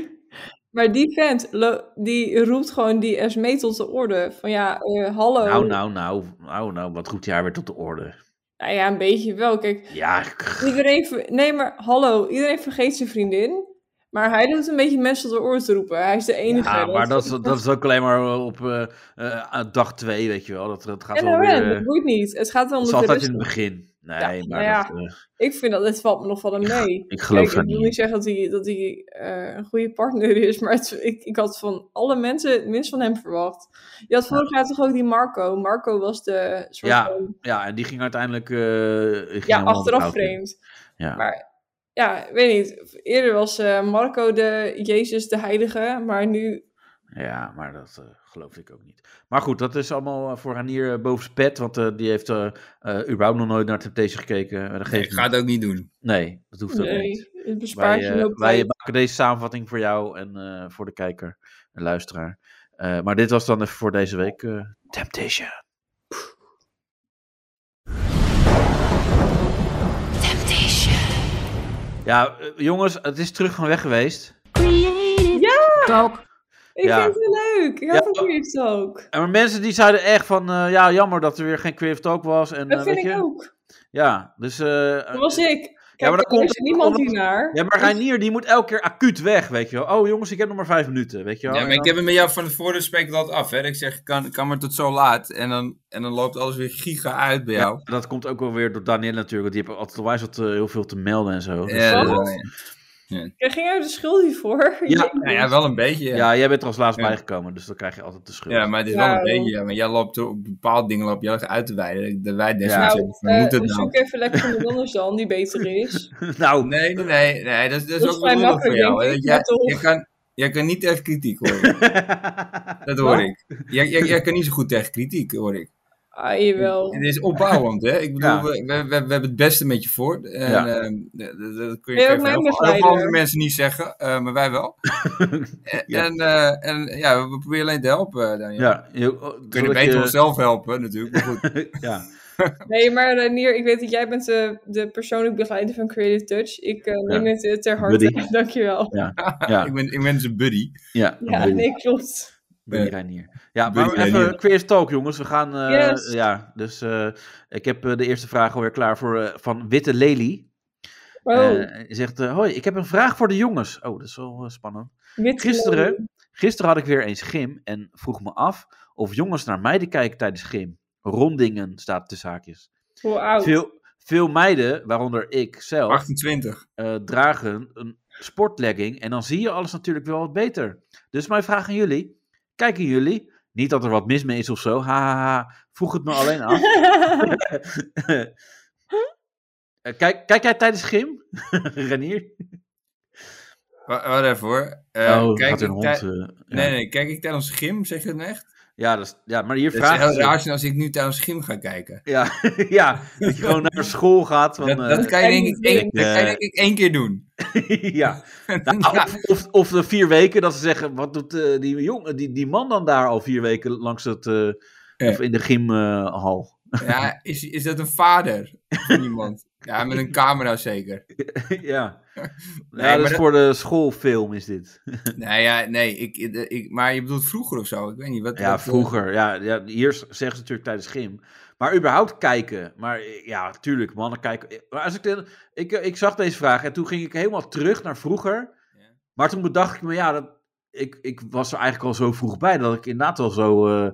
Maar die vent, lo- die roept gewoon die Esme tot de orde. Van ja, eh, hallo. Nou, nou, nou, nou, nou, wat roept hij haar weer tot de orde? Nou ja, een beetje wel. Kijk, Ja, Iedereen, ver- nee, maar hallo, iedereen vergeet zijn vriendin. Maar hij doet een beetje mensen tot de oren te roepen. Hij is de enige. ja maar dat is, dat is ook alleen maar op eh, eh, dag twee, weet je wel. Dat, dat gaat En wel nou ja, weer... dat eh, boeit niet. Het gaat wel om Het de is altijd in het verrust- begin. Nee, maar nou ja. dat, eh, Ik vind dat, het valt me nog wel aan mee. ik geloof Kijk, dat Ik wil niet. niet zeggen dat hij, dat hij eh, een goede partner is, maar het- ik, ik had van alle mensen het minst van hem verwacht. Je had vorig jaar toch ook die Marco. Marco was de soort ja, van, ja, en die ging uiteindelijk... eh, ging ja, helemaal de achteraf fout in. vreemd. Ja. Maar ja, ik weet niet. Eerder was eh, Marco de Jezus, de heilige, maar nu Ja, maar dat eh, geloof ik ook niet. Maar goed, dat is allemaal eh, voor Hanier eh, boven zijn pet. Want eh, die heeft eh eh, überhaupt nog nooit naar Temptation gekeken. Eh, Dat geeft Ik ga het ook niet doen. Nee, dat hoeft ook Nee, niet. het bespaart wij, je eh, ook wij tijd. maken deze samenvatting voor jou en eh, voor de kijker en luisteraar. Eh, maar dit was dan even voor deze week eh, Temptation. Ja, eh, jongens, het is terug van weg geweest. Ja! Ik Ja. vind het heel leuk. Ik had het liefst ook. En maar mensen die zeiden echt van, eh, ja, jammer dat er weer geen Creative Talk was. En, Dat eh, vind weet ik je? ook. Ja, dus... eh, Dat was ik. Kijk, maar dat er komt luistert niemand omdat- hier naar. Ja, maar Reinier, die moet elke keer acuut weg, weet je wel. Oh jongens, ik heb nog maar vijf minuten, weet je Ja, wel. maar En ik dan- heb hem met jou van tevoren spreek ik dat af. Hè? Ik zeg, ik kan, kan maar tot zo laat. En dan, en dan loopt alles weer giga uit bij Ja, jou. dat komt ook wel weer door Daniel natuurlijk, want die heeft altijd onwijs wat, eh, heel veel te melden en zo. Dus, Ja, eh, dat- ja. Ik ging uit de schuld hiervoor. Ja, Nou ja, wel een beetje. Ja, ja, jij bent er als laatst bijgekomen, dus dan krijg je altijd de schuld. Ja, maar het is wel een beetje. Ja, maar jij loopt er op bepaalde dingen loop je uit te wijden. Dat wij Ja. destijds Nou, zeggen, van, moet eh, het nou? zoek even lekker iemand anders dan, die beter is. Nou, nee, nee, nee, nee, dat is, dat is Dat is ook vrij wel lullig voor Dus makkelijk, jou. denk hè. ik, Jij, maar toch. jij, kan, jij kan niet tegen kritiek horen. dat hoor Wat? ik. Jij, jij, jij kan niet zo goed tegen kritiek, hoor ik. Ah, jawel. Het is opbouwend, hè? Ik bedoel, Ja. we, we, we hebben het beste met je voor. En, Ja. ehm, dat, dat- dat kun Ben je je ook tegen mijn heel veel- heel begeleider? veel andere mensen niet zeggen, eh, maar wij wel. En, Ja. en, eh, en ja, we proberen alleen te helpen, eh, Daniel. Ja, je- oh, we kunnen zodat beter je- onszelf helpen, natuurlijk. Maar goed. eh, ja. Nee, maar Renier, ik weet dat jij bent de, de persoonlijk begeleider van Creative Touch. Ik eh, neem Ja. het eh, ter harte. Buddy. Dankjewel. Ja, ja. ik, ben, ik ben zijn buddy. Ja, Ja, nee, klopt. Buddy Reinier. Ja, Buddy maar even Reinier. Creative Talk, jongens. We gaan... eh, Yes. Ja, dus eh, ik heb eh, de eerste vraag alweer klaar voor eh, van Witte Lely. Oh, Eh, Hij zegt, eh, hoi, ik heb een vraag voor de jongens. Oh, dat is wel eh, spannend. wit geloof. Gisteren, gisteren had ik weer eens gym en vroeg me af of jongens naar meiden kijken tijdens gym. Rondingen staat tussen haakjes. Hoe oud? Veel, veel meiden, waaronder ik zelf, 28. eh, dragen een sportlegging en dan zie je alles natuurlijk wel wat beter. Dus mijn vraag aan jullie, kijken jullie? Niet dat er wat mis mee is of zo, ha, ha, ha. vroeg het me alleen af. Eh, kijk, kijk jij tijdens gym, Renier? Wa- Wacht even hoor. Eh, Oh, gaat kijk, een ik hond, tij- eh, ja. Nee, nee, kijk ik tijdens gym, zeg je het echt? Ja, dat is, ja maar hier Het zou vraagt heel ze- raar zijn als ik nu tijdens gym ga kijken. Ja, ja, dat je gewoon naar school gaat. Van, Dat, dat eh, kan je denk ik één, dat kan je eh, denk ik één keer doen. ja. Nou, Of, of de vier weken dat ze zeggen, wat doet eh, die, jongen, die, die man dan daar al vier weken langs het, eh, of in de gymhal? Ja, is, is dat een vader van iemand? Ja, met een camera zeker. ja. Nee, ja, maar dat is dat- voor de schoolfilm is dit. Nee, ja, nee ik, ik, ik- maar je bedoelt vroeger of zo? Ik weet niet. Wat, ja, wat, eh, vroeger. Ja, ja, hier zeggen ze natuurlijk tijdens gym. Maar überhaupt kijken. Maar eh, ja, tuurlijk, mannen kijken. Eh, Maar als ik, de- ik, ik zag deze vraag en toen ging ik helemaal terug naar vroeger. Maar toen bedacht ik me, ja, dat, ik, ik was er eigenlijk al zo vroeg bij dat ik inderdaad al zo, eh,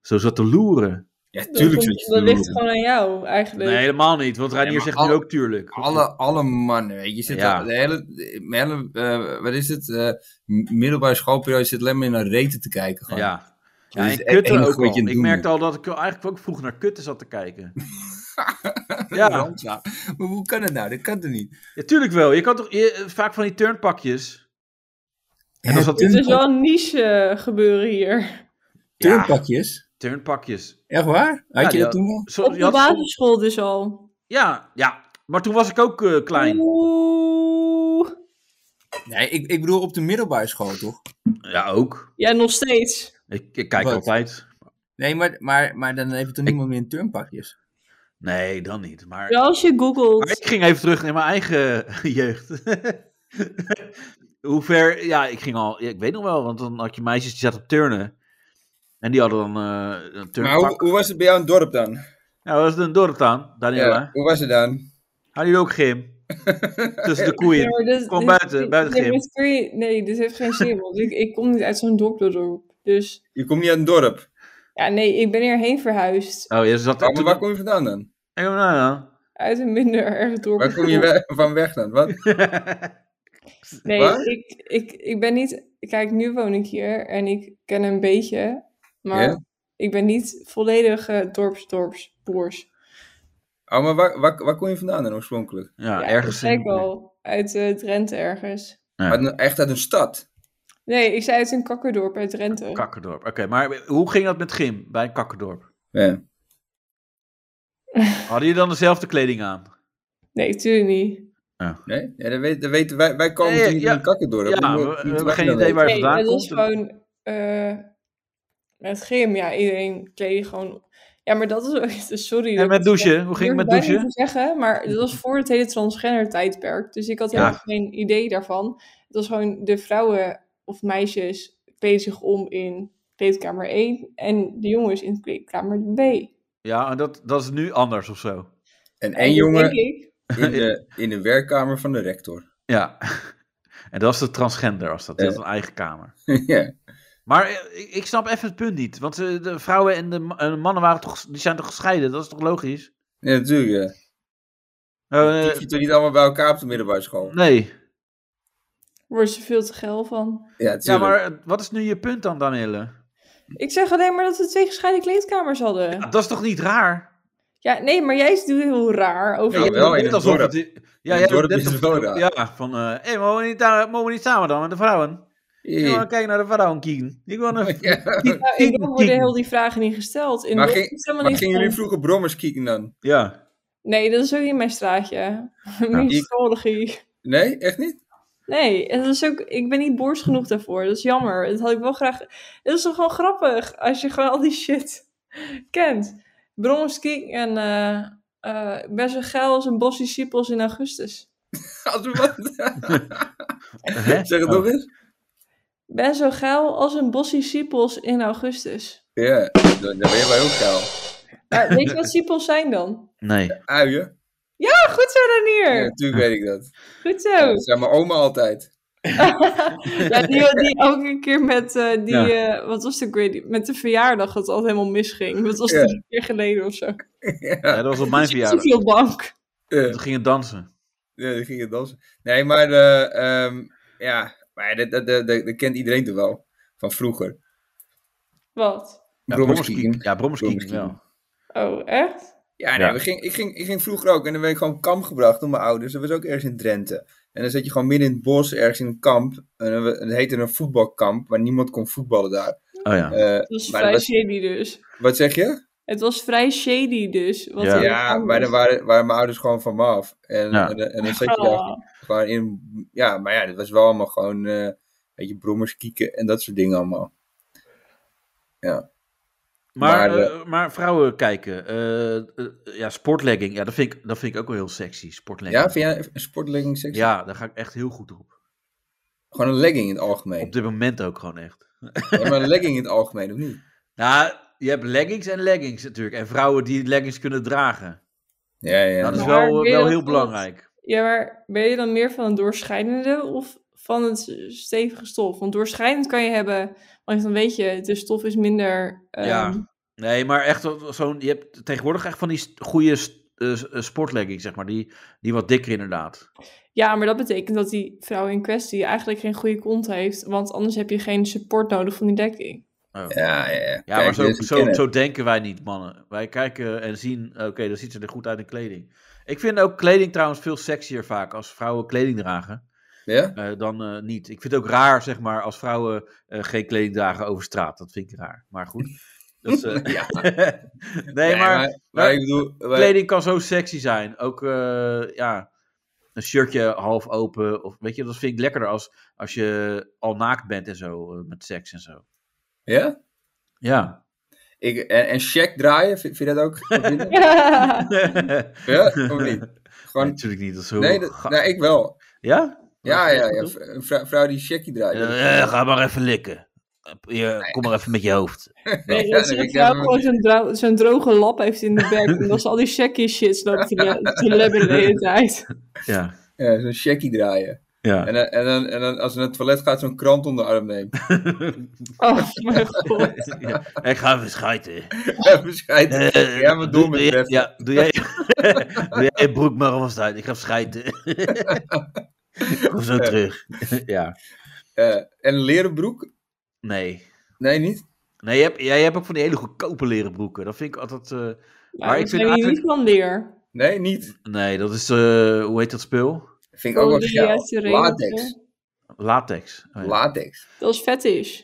zo zat te loeren. Ja, dat, komt- dat ligt gewoon aan jou, eigenlijk. Nee, helemaal niet. Want Reinier maar zegt nu alle- ook tuurlijk. Alle, alle mannen, weet je, je zit Ja. al- de hele, de hele eh, wat is het, eh, m- middelbare schoolperiode, je zit alleen maar naar reten te kijken. Gewoon. Ja. Dat Ja, is en echt kutten enig ook wat je al. aan dus het Ik doen merkte al dat ik eigenlijk ook vroeg naar kutten zat te kijken. bent. ja. Randzaak. Maar hoe kan het nou? Dat kan toch niet? Ja, tuurlijk wel. Je kan toch je- eh, vaak van die turnpakjes. En dan zat- Het is wel een niche eh, gebeuren hier. Turnpakjes? Turnpakjes. Echt waar? Had Ja, je die dat toen wel? zo- Op je de had- basisschool dus al. Ja, ja, maar toen was ik ook eh, Oh. klein. Nee, ik, ik bedoel op de middelbare school, toch? Ja, ook. Ja, nog steeds. Ik, ik kijk Wat? altijd. Nee, maar, maar, maar dan heeft er niemand meer in turnpakjes. Nee, dan niet. Maar, Ja, als je maar googelt. ik ging even terug naar mijn eigen jeugd. Hoe ver... Ja, ik ging al... ja, ik weet nog wel, want dan had je meisjes die zaten op turnen. En die hadden dan eh een Maar hoe, turnpak. hoe was het bij jou in het dorp dan? Ja, dat was het een dorp aan, Daniela. Ja, hoe was het dan? Hadden jullie ook gym? Tussen de koeien. Ja, maar dit- Kom dit- buiten, dit- buiten dit- gym. dit kun je- nee, dit heeft geen zin, want ik, ik kom niet uit zo'n dokterdorp. Dus Je komt niet uit het dorp. ja, nee, ik ben erheen verhuisd. Oh, je zat Oh, maar waar kom je vandaan dan? Ik kom nou, ja. Uit een minder erg dorp. Waar kom je we- van weg dan? Wat? Nee, Waar? ik, ik, ik ben niet. Kijk, nu woon ik hier en ik ken een beetje, maar Ja? ik ben niet volledig eh, dorps, dorps, boers. Oh, maar waar, waar, waar kom je vandaan dan oorspronkelijk? Ja, Ik zei al, uit eh, Drenthe ergens. Uit een- echt uit een stad. Nee, ik zei uit een kakkerdorp uit Drenthe. Kakkerdorp. Oké, maar hoe ging dat met gym bij een kakkerdorp? Ja. Hadden jullie dan dezelfde kleding aan? Nee, tuurlijk niet. Nee? Ja, dat, weet, dat weten wij. Wij komen Nee, natuurlijk niet ja. in Kakkerdorp. Ja, Dat we- moeten we wij hebben geen dan idee weten. waar- vandaan Nee, dat komt is en- gewoon eh, met gym. Ja, iedereen kleedde gewoon. Ja, met dat is ook- sorry. dat- met douchen? Hoe ging het durf met bijna douchen? niet te zeggen, maar dat was voor het hele transgender tijdperk. Dus ik had helemaal Ja. geen idee daarvan. Het was gewoon de vrouwen of meisjes kleden zich om in kleedkamer 1 en de jongens in kleedkamer B. Ja, en dat, dat is nu anders of zo. En En E één dat jongen denk ik. in de, in de werkkamer van de rector. Ja. En dat is de transgender, als dat. Die Ja. had een eigen kamer. ja. Maar eh, ik, ik snap even het punt niet. Want eh, de vrouwen en de, ma- en de mannen waren toch, die zijn toch gescheiden? Dat is toch logisch? ja, natuurlijk. Ja. Eh, Die zitten niet allemaal bij elkaar op de middelbare school. nee. Wordt ze veel te geil van. Ja, Ja, natuurlijk. maar eh, wat is nu je punt dan, Danielle? Ik zeg alleen maar dat we twee gescheiden kleedkamers hadden. Dat is toch niet raar? Ja, nee, maar jij doet heel raar over. Ja, wel in Net het alsof dorp. het- Ja, Ja, jij het dorp doet is net het alsof- wel raar. Ja, van, eh hey, mogen, we niet daar, mogen we niet samen dan met de vrouwen? Ik wil kijken naar de vrouwen kieken. Ik wil een... kieken, Nou, in Rome worden heel die vragen niet gesteld. In Maar, Rome ging, is helemaal maar niet gingen jullie van- vroeger brommers kieken dan? Ja. Nee, dat is ook in mijn straatje. Mijn Nou, Ik- schologie. Nee, echt niet? Nee, en dat is ook, ik ben niet boers genoeg daarvoor. Dat is jammer. Dat had ik wel graag. Het is toch gewoon grappig als je gewoon al die shit kent. Bronski en eh, eh, ik ben zo geil als een bos discipels in augustus. Als we wat... Hè? zeg het nog eens. Ik Ben zo geil als een bos discipels in augustus. Ja, dan, dan ben je wel heel kaal. Maar weet je wat discipels zijn dan? Nee. Uien? Ja, goed zo, Ja, Ranier. natuurlijk weet ik dat. Goed Ja, zo. Dat zei mijn oma altijd. Ja, die, die ook een keer met eh, die, Ja. eh, wat was de grade? Met de verjaardag dat het altijd helemaal misging. Dat was Ja. drie keer geleden of zo. Ja, dat was op mijn verjaardag. Zoveel bank. Ja. Toen gingen dansen. Eh, Ja, die gingen dansen. Nee, maar, eh, ehm, ja, maar dat, dat, dat, dat, dat kent iedereen toch wel. Van vroeger. Wat? Ja, Brommers brommerskieken. Ja, brommerskieken Brommerskieken. wel. Oh, echt? Ja, nee, Ja. We ging, ik, ging, ik ging vroeger ook. En dan werd ik gewoon kamp gebracht door mijn ouders. Dat was ook ergens in Drenthe. En dan zat je gewoon midden in het bos, ergens in een kamp. En dan, we- het heette een voetbalkamp, maar niemand kon voetballen daar. Oh ja. Eh, Het was maar vrij dat was- shady dus. wat zeg je? Het was vrij shady dus. Wat Ja, er maar dan waren, waren mijn ouders gewoon van me af. En, Ja. en, dan- en dan zat je daar Oh. gewoon in... Ja, maar ja, dat was wel allemaal gewoon... eh een beetje brommers kieken en dat soort dingen allemaal. Ja. Maar, Maar, eh, maar vrouwen kijken. eh, eh, ja, sportlegging. Ja, dat vind, ik, dat vind ik ook wel heel sexy. Sportlegging. Ja, vind jij een sportlegging seks? Ja, daar ga ik echt heel goed op. Gewoon een legging in het algemeen. Op dit moment ook gewoon echt. Ja, maar een legging in het algemeen, of niet? Nou, je hebt leggings en leggings natuurlijk. En vrouwen die leggings kunnen dragen. Ja, ja. Dat is Maar wel, weer wel dat heel goed. belangrijk. Ja, maar ben je dan meer van een doorschijnende of van het stevige stof. Want doorschijnend kan je hebben, want dan weet je, de stof is minder. Ja. ehm, Nee, maar echt wel zo'n. Je hebt tegenwoordig echt van die st- goede st- eh, s- eh, sportleggings, zeg maar. Die, die wat dikker, inderdaad. Ja, maar dat betekent dat die vrouw in kwestie eigenlijk geen goede kont heeft. Want anders heb je geen support nodig van die dekking. Ja, ja, Oh. ja. Kijk, maar zo, dit is zo, kennis. zo denken wij niet, mannen. Wij kijken en zien, oké, dan ziet ze er goed uit in kleding. Ik vind ook kleding trouwens veel sexier vaak als vrouwen kleding dragen. Ja? dan eh, niet. Ik vind het ook raar, zeg maar, als vrouwen eh, geen kleding dragen over straat. Dat vind ik raar. Maar goed. Dat is, eh, Ja. nee, maar, maar- maar ik bedoel, wij- kleding kan zo sexy zijn. Ook, eh, ja, een shirtje half open. Of, weet je, dat vind ik lekkerder als, als je al naakt bent en zo, eh, met seks en zo. Ja? Ja. Ik, en, en check draaien, vind, vind je dat ook? verbinden? ja, of niet? Gewoon... Natuurlijk niet, dat is zo... Nee, dat- nee, ik wel. Ja? Ja, Wat is ja, dat ja. dan? v- Een vrou- vrouw die checkie draait. Eh, eh, ga maar even likken. Hier, kom maar even met je hoofd. Nee, dat zo'n vrouw gewoon zo'n dro- zo'n droge lap heeft in de bek. Omdat ze al die shaky shit loopt te, le- te lebben de hele tijd. Ja. Ja, zo'n checkie draaien. Ja. En, dan- en, dan, en dan als ze naar het toilet gaat, zo'n krant onder de arm neemt. Oh, mijn god. Ja, ik ga even schijten. Even schijten. Eh, Ja, maar dom doe- doe jij- betreft. Ja, doe jij, doe jij je broek maar alvast uit. Ik ga schijten. ik kom zo Ja. terug. ja. Eh, en een leren broek? Nee. Nee, niet? Nee, jij hebt, jij hebt ook van die hele goedkope leren broeken. Dat vind ik altijd... eh, Maar ik vind eigenlijk... niet van leer. Nee, niet. Nee, dat is... eh, hoe heet dat spul? Vind ik ook wel Polyester, geil. eh, Latex. of Latex. Oh, ja. Latex. Dat is fetish.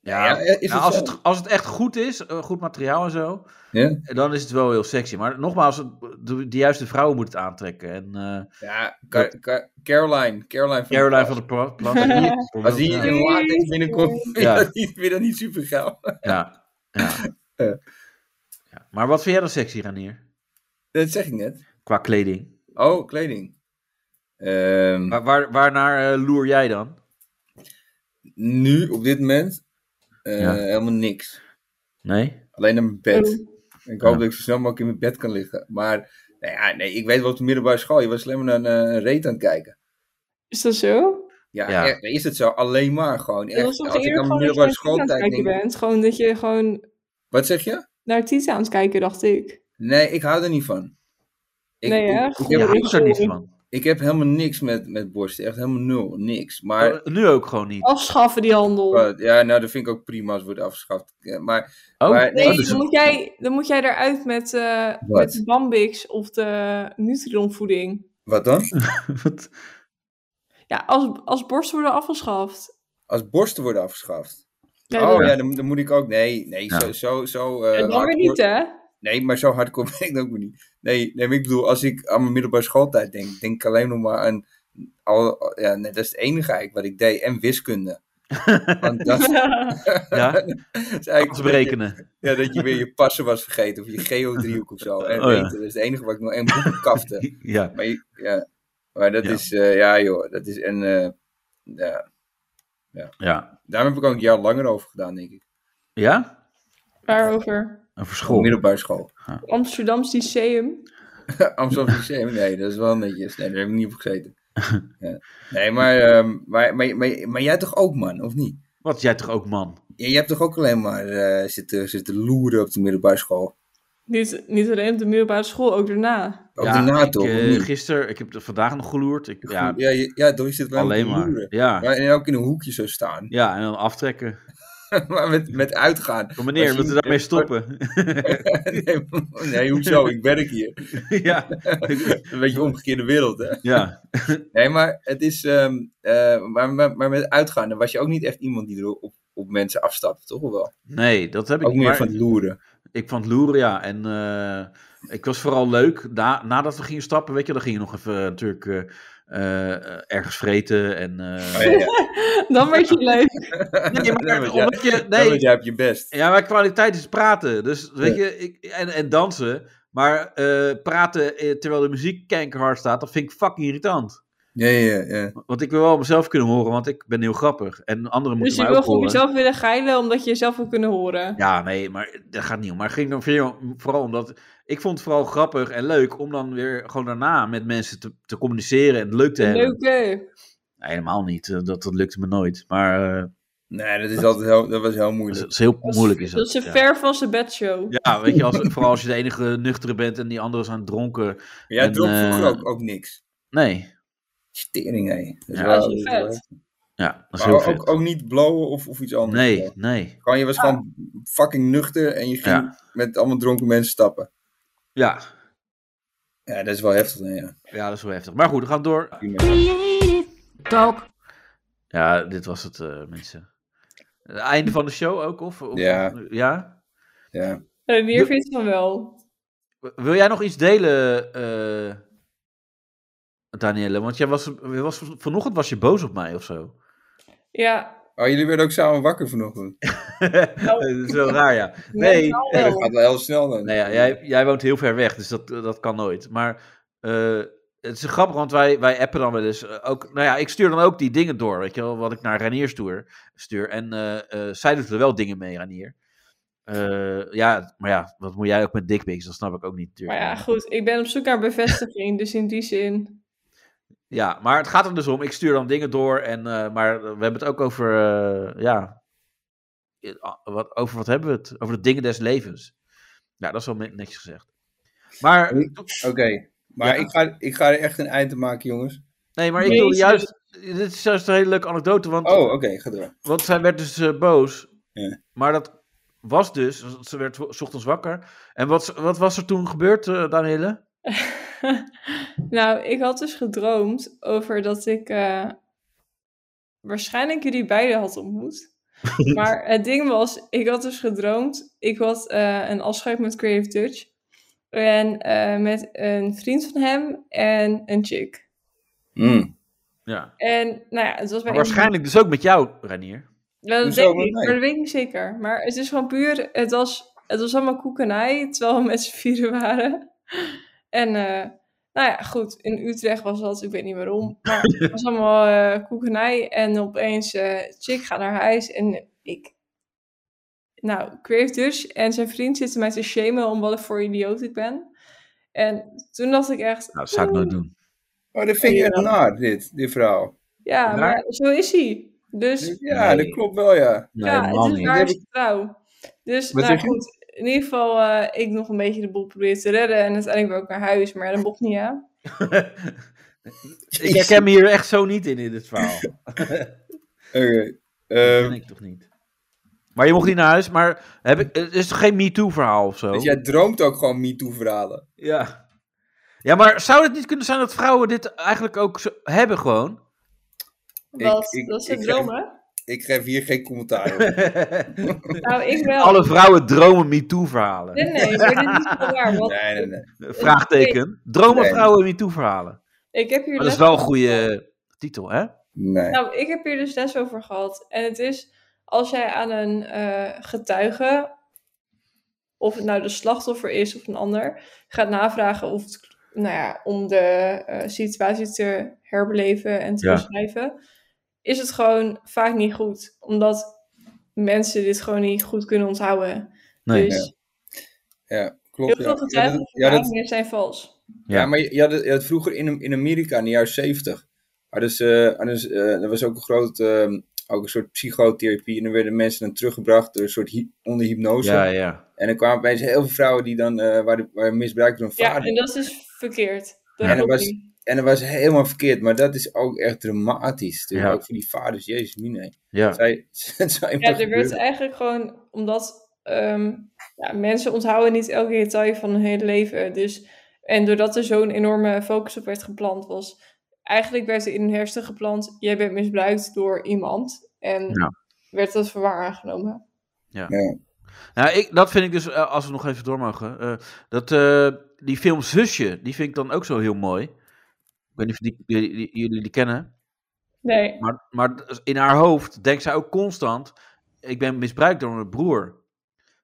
Ja, Ja, is het nou, als, zo? het, als het echt goed is, eh, goed materiaal en zo, Ja. dan is het wel heel sexy. Maar nogmaals, het- de, de juiste vrouwen moet het aantrekken. En, eh, Ja, Ka- Ka- Caroline. Caroline van Caroline de van de Pla- Plas. Plas. Als die in latex binnenkomt, vind je Ja. dat niet- vind je dat niet super geil. ja, ja. Ja. Maar wat vind jij dan sexy, Ranier? Dat zeg ik net. Qua kleding. Oh, kleding. Ehm, Waar, waar, waarnaar eh, loer jij dan? Nu, op dit moment, eh, Ja. helemaal niks. Nee? Alleen naar mijn bed. Oh. Ik hoop Ja. dat ik zo snel mogelijk in mijn bed kan liggen. Maar nou ja, nee, ik weet wel op de middelbare school, je was alleen maar naar een, eh, een reet aan het kijken. Is dat zo? Ja, Ja. echt, is het zo? Alleen maar gewoon. Dat Echt. was toch Als ik eerder aan mijn gewoon dat je middelbare naar Tita aan het schooltijd kijken denk... bent. Gewoon dat je gewoon Wat zeg je? naar Tita aan het kijken, dacht ik. Nee, ik hou er niet van. Nee, hè? heb- Ja, ik hou er niet van. Ik heb helemaal niks met, met borsten. Echt helemaal nul. Niks. Maar, Oh, nu ook gewoon niet. Afschaffen die handel. ja, nou, dat vind ik ook prima als het wordt afgeschaft. Ja, maar, Oh, maar, Nee, dan, moet jij, dan moet jij eruit met, eh Wat? met de Bambix of de Nutrilon voeding. Wat dan? Ja, als, als borsten worden afgeschaft. Als borsten worden afgeschaft. Ja, dat- oh ja, dan, dan moet ik ook. Nee, nee, Ja. zo. zo, zo Ja, eh, dan weer hardcore- niet, hè? Nee, maar zo hardcore ben ik dat ook weer niet. Nee, nee, maar ik bedoel, als ik aan mijn middelbare schooltijd denk, denk ik alleen nog maar aan. Al, al- ja, nee, dat is het enige eigenlijk wat ik deed. En wiskunde. Want dat, Ja? dat is eigenlijk- Afrekenen. Ja, dat je weer je passen was vergeten. Of je geodriehoek of zo. En Oh, ja. weten, dat is het enige wat ik nog. En boeken kafte. Ja. Maar, je- ja. maar dat Ja. is, eh, ja joh, dat is, en eh, ja. ja. Ja. Daarom heb ik ook een jaar langer over gedaan, denk ik. Ja? Waarover? Een verschool. School. Middelbare school. Amsterdams Lyceum. Amsterdam Lyceum, nee, dat is wel netjes. Nee, daar heb ik niet op gezeten. Ja. Nee, maar, ehm, maar, maar, maar, maar jij toch ook, man, of niet? Wat, jij toch ook, man? Ja, jij hebt toch ook alleen maar eh, zitten, zitten loeren op de middelbare school? Niet, niet alleen op de middelbare school, ook daarna. Op de NATO, Ik, eh, of niet? gisteren, ik heb er vandaag nog geloerd. Ik, ja, Ja, je- ja, door je zit alleen, alleen maar te maar. loeren. Ja. Ja, en ook in een hoekje zo staan. ja, en dan aftrekken. maar met, met uitgaan. Maar meneer, Als je moeten we niet- daarmee stoppen? nee, nee, hoezo? Ik werk hier. ja. Een beetje omgekeerde wereld, hè? Ja. Nee, maar het is... ehm, eh, maar, maar, maar met uitgaan, dan was je ook niet echt iemand die erop op, op mensen afstapte, toch Of wel? Nee, dat heb ik Ook niet, meer maar- van het loeren. Ik vond het loeren, ja. En eh, ik was vooral leuk. Na, nadat we gingen stappen, weet je, dan ging je nog even eh, natuurlijk eh, eh, ergens vreten. En, eh, Dan werd je leuk. Nee, maar Oh, want jij- omdat je... dan Nee, want jij hebt je best. Ja, maar kwaliteit is praten. Dus weet je, ik, en, en dansen. Maar eh, praten eh, terwijl de muziek kankerhard staat, dat vind ik fucking irritant. Ja, ja, ja. Want ik wil wel mezelf kunnen horen, want ik ben heel grappig. En anderen Dus moeten je mij wil ook gewoon horen. jezelf willen geilen, omdat je jezelf wil kunnen horen. Ja, nee, maar dat gaat niet om. Maar het ging dan veel- vooral omdat... Ik vond het vooral grappig en leuk om dan weer gewoon daarna met mensen te, te communiceren en het leuk te hebben. Leuk, hè? Nee, helemaal niet. Eh, Dat, dat lukte me nooit. Maar. eh, nee, dat, is altijd heel, dat was heel moeilijk. Dat is heel moeilijk. Is Dat is een ja. ver van zijn bedshow. Ja, weet je, als, vooral als je de enige nuchtere bent en die anderen zijn dronken. Jij En, dronk eh, vroeger ook, ook niks. Nee. Stering, hé. Dat is Ja, wel- dat is wel- vet. Ja, dat is Maar heel ook, vet. ook niet blowen of, of iets anders. Nee, nee. Gewoon, je was gewoon fucking nuchter en je ging Ja. met allemaal dronken mensen stappen. Ja. Ja, dat is wel heftig, hè, ja. Ja, dat is wel heftig. Maar goed, we gaan door. Talk. Ja, dit was het, eh, mensen. Het einde van de show ook, of? of- Ja. ja? Ja. Eh, Weer vindt van wel. Wil jij nog iets delen, eh Danielle? Want jij was, je was, vanochtend was je boos op mij of zo. Ja, Oh, jullie werden ook samen wakker vanochtend. dat is wel raar, ja. Nee, Mentaal wel. dat gaat wel heel snel dan. Nee, Nou ja, jij, jij woont heel ver weg, dus dat, dat kan nooit. Maar eh, het is grappig, want wij, wij appen dan wel eens. eh, Ook, nou ja, ik stuur dan ook die dingen door, weet je wel, wat ik naar Ranier stuur. stuur. En eh, eh, zij doet er wel dingen mee, Ranier. Eh, ja, maar ja, wat moet jij ook met dickpics? Dat snap ik ook niet maar natuurlijk. ja, goed. Ik ben op zoek naar bevestiging, dus in die zin. Ja, maar het gaat er dus om. Ik stuur dan dingen door. En, eh, maar we hebben het ook over. eh, ja. eh, Wat, over wat hebben we het? Over de dingen des levens. Ja, dat is wel me- netjes gezegd. Maar. Oké, maar ik, ga, ik ga er echt een eind aan maken, jongens. Nee, maar ik wilde juist. Dit is juist een hele leuke anekdote. Want, Oh, oké, ga door. Want zij werd dus eh, boos. Ja. Maar dat was dus. Ze werd 's ochtends wakker. En wat, wat was er toen gebeurd, eh Danielle? Nou, ik had dus gedroomd over dat ik eh, waarschijnlijk jullie beiden had ontmoet. maar het ding was, ik had dus gedroomd. Ik had eh, een afspraak met Creative Dutch. En eh, met een vriend van hem en een chick. Mm. Ja. En nou ja, het was bij Maar waarschijnlijk dus ook met jou, Renier. Ja, dat Hoezo weet ik met niet, mij? maar dat weet ik niet zeker. Maar het is gewoon puur, het was, het was allemaal koek en ei, terwijl we met z'n vieren waren. En eh, nou ja, goed, in Utrecht was dat, ik weet niet waarom, maar het was allemaal eh koek en ei. En opeens, eh Chick gaat naar huis en ik... Nou, Crave dus en zijn vriend zitten mij te shamen om wat voor idioot ik ben. En toen dacht ik echt... Nou, dat zou ik nooit doen. Oh, dat vind ik echt naar, dit, dit verhaal. Ja, Maar- maar zo is hij. Dus... Ja, dat klopt wel, ja. ja, het is waar is trouw. Dus Wat nou, zeg je? goed, in ieder geval eh, ik nog een beetje de boel probeer te redden. En uiteindelijk weer ook naar huis, maar dat mocht niet aan. Ik herken me hier echt zo niet in, in dit verhaal. Oké. ehm, dat ben ik toch niet. Maar je mocht niet naar huis, maar heb ik, het is toch geen MeToo-verhaal of zo? Dus jij droomt ook gewoon MeToo-verhalen. Ja. Ja, maar zou het niet kunnen zijn dat vrouwen dit eigenlijk ook zo- hebben gewoon? Wat? dat is een ik droom, geef- hè? Ik geef hier geen commentaar op. Nou, ik wel. Alle vrouwen dromen MeToo-verhalen. Nee, nee, maar dit is wel waar. Want Nee, nee, nee. Vraagteken. Dromen Nee. vrouwen MeToo-verhalen? ik heb hier Maar dat is les- wel een goede eh, titel, hè? Nee. Nou, ik heb hier dus les over gehad. En het is, als jij aan een eh, getuige, of het nou de slachtoffer is of een ander, gaat navragen of het, nou ja, om de eh, situatie te herbeleven en te Ja. beschrijven, is het gewoon vaak niet goed. Omdat mensen dit gewoon niet goed kunnen onthouden. Nee. Dus Ja, heel klopt. veel Ja. getuigen ja, dat, zijn vals. Ja, maar je, je had het, je had het vroeger in, in Amerika in de jaren zeventig. Dus, eh, er was ook een groot, ehm, ook een soort psychotherapie. En dan werden mensen dan teruggebracht door een soort hy- onder hypnose. Ja, ja. En er kwamen opeens heel veel vrouwen die dan, eh, waar, de, waar misbruik door hun Ja, vader. en dat is verkeerd. en, Dat dat klopt was, niet. en dat was helemaal verkeerd. Maar dat is ook echt dramatisch. natuurlijk. Ja. Ook voor die vaders. Jezus, mine. Ja. Zij, het zou Ja, helemaal er werd gebeuren. eigenlijk gewoon, omdat ehm, ja, mensen onthouden niet elke detail van hun hele leven. Dus, en doordat er zo'n enorme focus op werd geplant, was eigenlijk werd er in hun hersenen geplant: jij bent misbruikt door iemand. En Ja. werd dat voor waar aangenomen. Ja. Nou, ik, dat vind ik dus, eh, als we nog even door mogen, eh, dat eh, die film Zusje, die vind ik dan ook zo heel mooi. Ik weet niet of die, die- die- jullie die kennen. Nee. Maar, maar in haar hoofd denkt zij ook constant, ik ben misbruikt door mijn broer.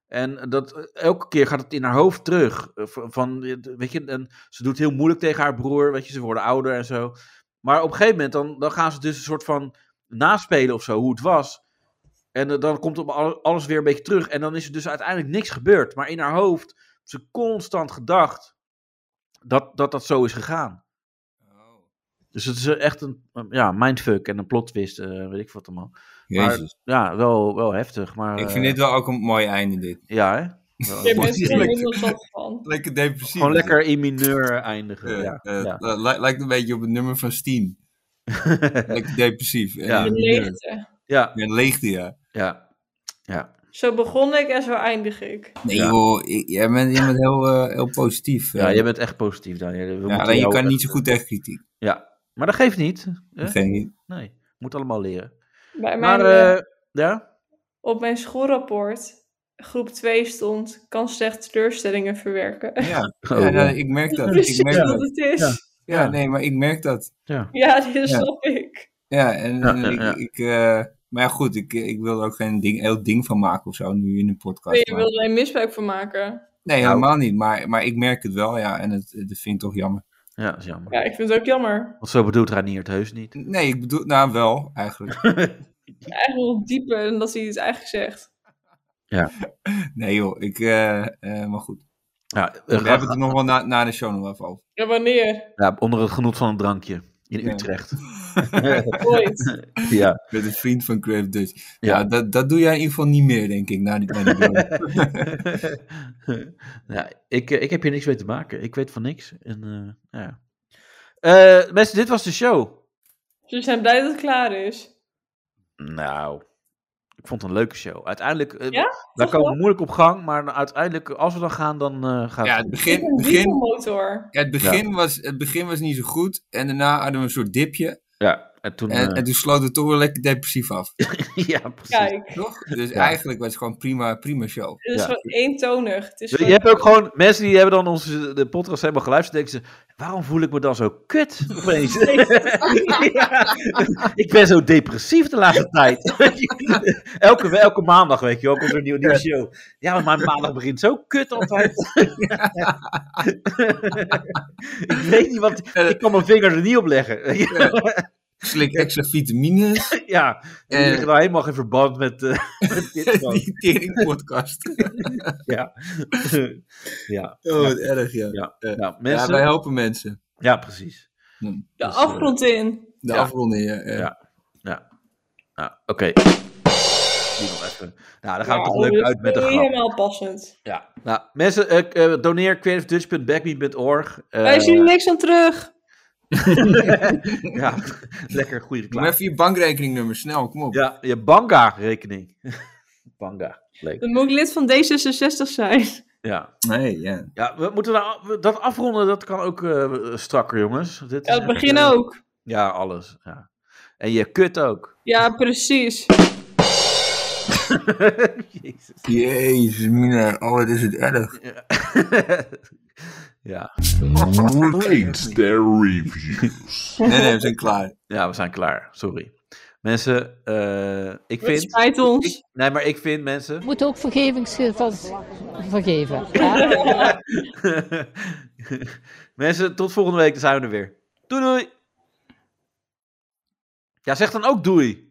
En dat, eh, elke keer gaat het in haar hoofd terug. eh, v- Van, eh, weet je, en ze doet heel moeilijk tegen haar broer, weet je, ze worden ouder en zo. Maar op een gegeven moment, dan, dan gaan ze dus een soort van naspelen of zo, hoe het was. En eh, dan komt op al- alles weer een beetje terug. En dan is er dus uiteindelijk niks gebeurd. Maar in haar hoofd heeft ze constant gedacht dat dat, dat zo is gegaan. Dus het is echt een ja, mindfuck en een plot twist, eh, weet ik wat allemaal. Maar, Jezus. ja, wel, wel heftig. Maar, Ik eh, vind dit wel ook een mooi einde, dit. Ja, hè? Je bent er Lekker- helemaal zat van. Lekker depressief. Gewoon lekker in mineur eindigen. Eh, ja. eh, ja. li- Lijkt een beetje op het nummer van Steam. lekker depressief. Ja. En, Leegte. Ja. En leegte, ja. Ja. Zo begon ik en zo eindig ik. Nee Ja. joh, ik- jij bent, jij bent heel, eh, heel positief. Ja, eh. jij bent echt positief, Daniel. We Ja, moeten alleen je jou kan echt- niet zo goed tegen kritiek. Ja, maar dat geeft niet. hè? Dat geeft niet. Nee, moet allemaal leren. Bij maar, mijn, eh, eh, ja? op mijn schoolrapport, groep 2 stond, kan slecht teleurstellingen verwerken. Ja, Oh, ja, ja. nee, ik merk dat. Precies Ik merk wat dat. het is. Ja, Ja, nee, maar ik merk dat. Ja, dit Ja. snap ik. Ja, en, Ja, en ja, ik, ja. ik, eh, maar ja, goed, ik, ik wil er ook geen ding, heel ding van maken of zo nu in de podcast. Nee, je maar- wil er geen misbruik van maken. nee Nou. helemaal niet, maar, maar ik merk het wel, ja, en het, het vind ik toch jammer. Ja, dat is jammer. Ja, ik vind het ook jammer. Want zo bedoelt Ranier het heus niet. Nee, ik bedoel, nou wel, eigenlijk. Eigenlijk wel dieper dan dat hij het eigenlijk zegt. Ja. nee joh, ik, eh, eh, maar goed. Ja, eh, We ga- hebben het er nog wel na, na de show nog wel even over. Ja, wanneer? Ja, onder het genot van een drankje. In Utrecht. Ooit. ja. Met een vriend van Crave Dutch. Ja. Ja, dat, dat doe jij in ieder geval niet meer, denk ik, na die, na die beelden. ja, ik, eh, ik heb hier niks mee te maken. Ik weet van niks. En, eh, ja. Eh, mensen, dit was de show. Dus we zijn blij dat het klaar is. Nou, ik vond het een leuke show. Uiteindelijk, eh, Ja? daar komen we moeilijk op gang. Maar uiteindelijk, als we dan gaan, dan eh, gaat Ja, het het goed. Ik begin, een begin, dieselmotor. ja, het, begin was, het begin was niet zo goed. En daarna hadden we een soort dipje. Ja, en toen... En, eh, en toen sloot het toch weer lekker depressief af. ja, precies. Kijk, Toch? Dus Ja. eigenlijk was het gewoon prima, prima show. het is Ja. gewoon eentonig. Het is Je gewoon- hebt ook gewoon mensen die hebben dan onze de podcast helemaal geluisterd. Denken ze: waarom voel ik me dan zo kut? Opeens. Ja. ik ben zo depressief de laatste tijd. elke, elke maandag, weet je wel, komt er een nieuwe, nieuwe show. Ja, maar mijn maandag begint zo kut altijd. ik weet niet wat. Eh. Ik kan mijn vinger er niet op leggen. Slik extra vitamines. ja, die Eh. liggen nou helemaal geen verband met, eh, met dit. gewoon. Die tering podcast. ja. ja. Oh, wat erg, ja. Ja. Eh, Nou, ja, mensen- wij helpen mensen. Ja, precies. de afgrond in. De Ja. afronding, ja. eh. Ja. Ja. Nou, oké. Die nog even. Nou, dan gaan we Ja, dus toch leuk dat uit met een is grap. Helemaal passend. Ja. Nou, mensen, eh, eh, doneer creativedutch.backme.org. Eh, Wij zien er niks aan terug. Ja, lekker goede Doe maar reclame. even je bankrekeningnummer, snel, kom op. Ja, je Banga-rekening. Banga. Leuk. Dan moet ik lid van D66 zijn. Ja. Nee, ja. Ja, we moeten nou- we- dat afronden, dat kan ook eh, strakker, jongens. Dit Ja, is het echt, begin eh, ook. Ja, alles. Ja. En je kut ook. Ja, precies. Jezus. Jezus, mina, oh, wat is het erg. ja. Repeat their reviews. Nee, nee, we zijn klaar. Ja, we zijn klaar. Sorry. Mensen, eh, ik Het vind... spijt ons. Nee, maar ik vind mensen... Moet ook vergevingsgevers vergeven. mensen, tot volgende week. Dan zijn we er weer. Doei doei. Ja, zeg dan ook doei.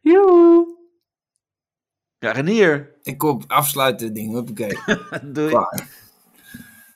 Joe. Ja, Renier. Ik kom afsluiten, ding, hoppakee. doei. Klaar.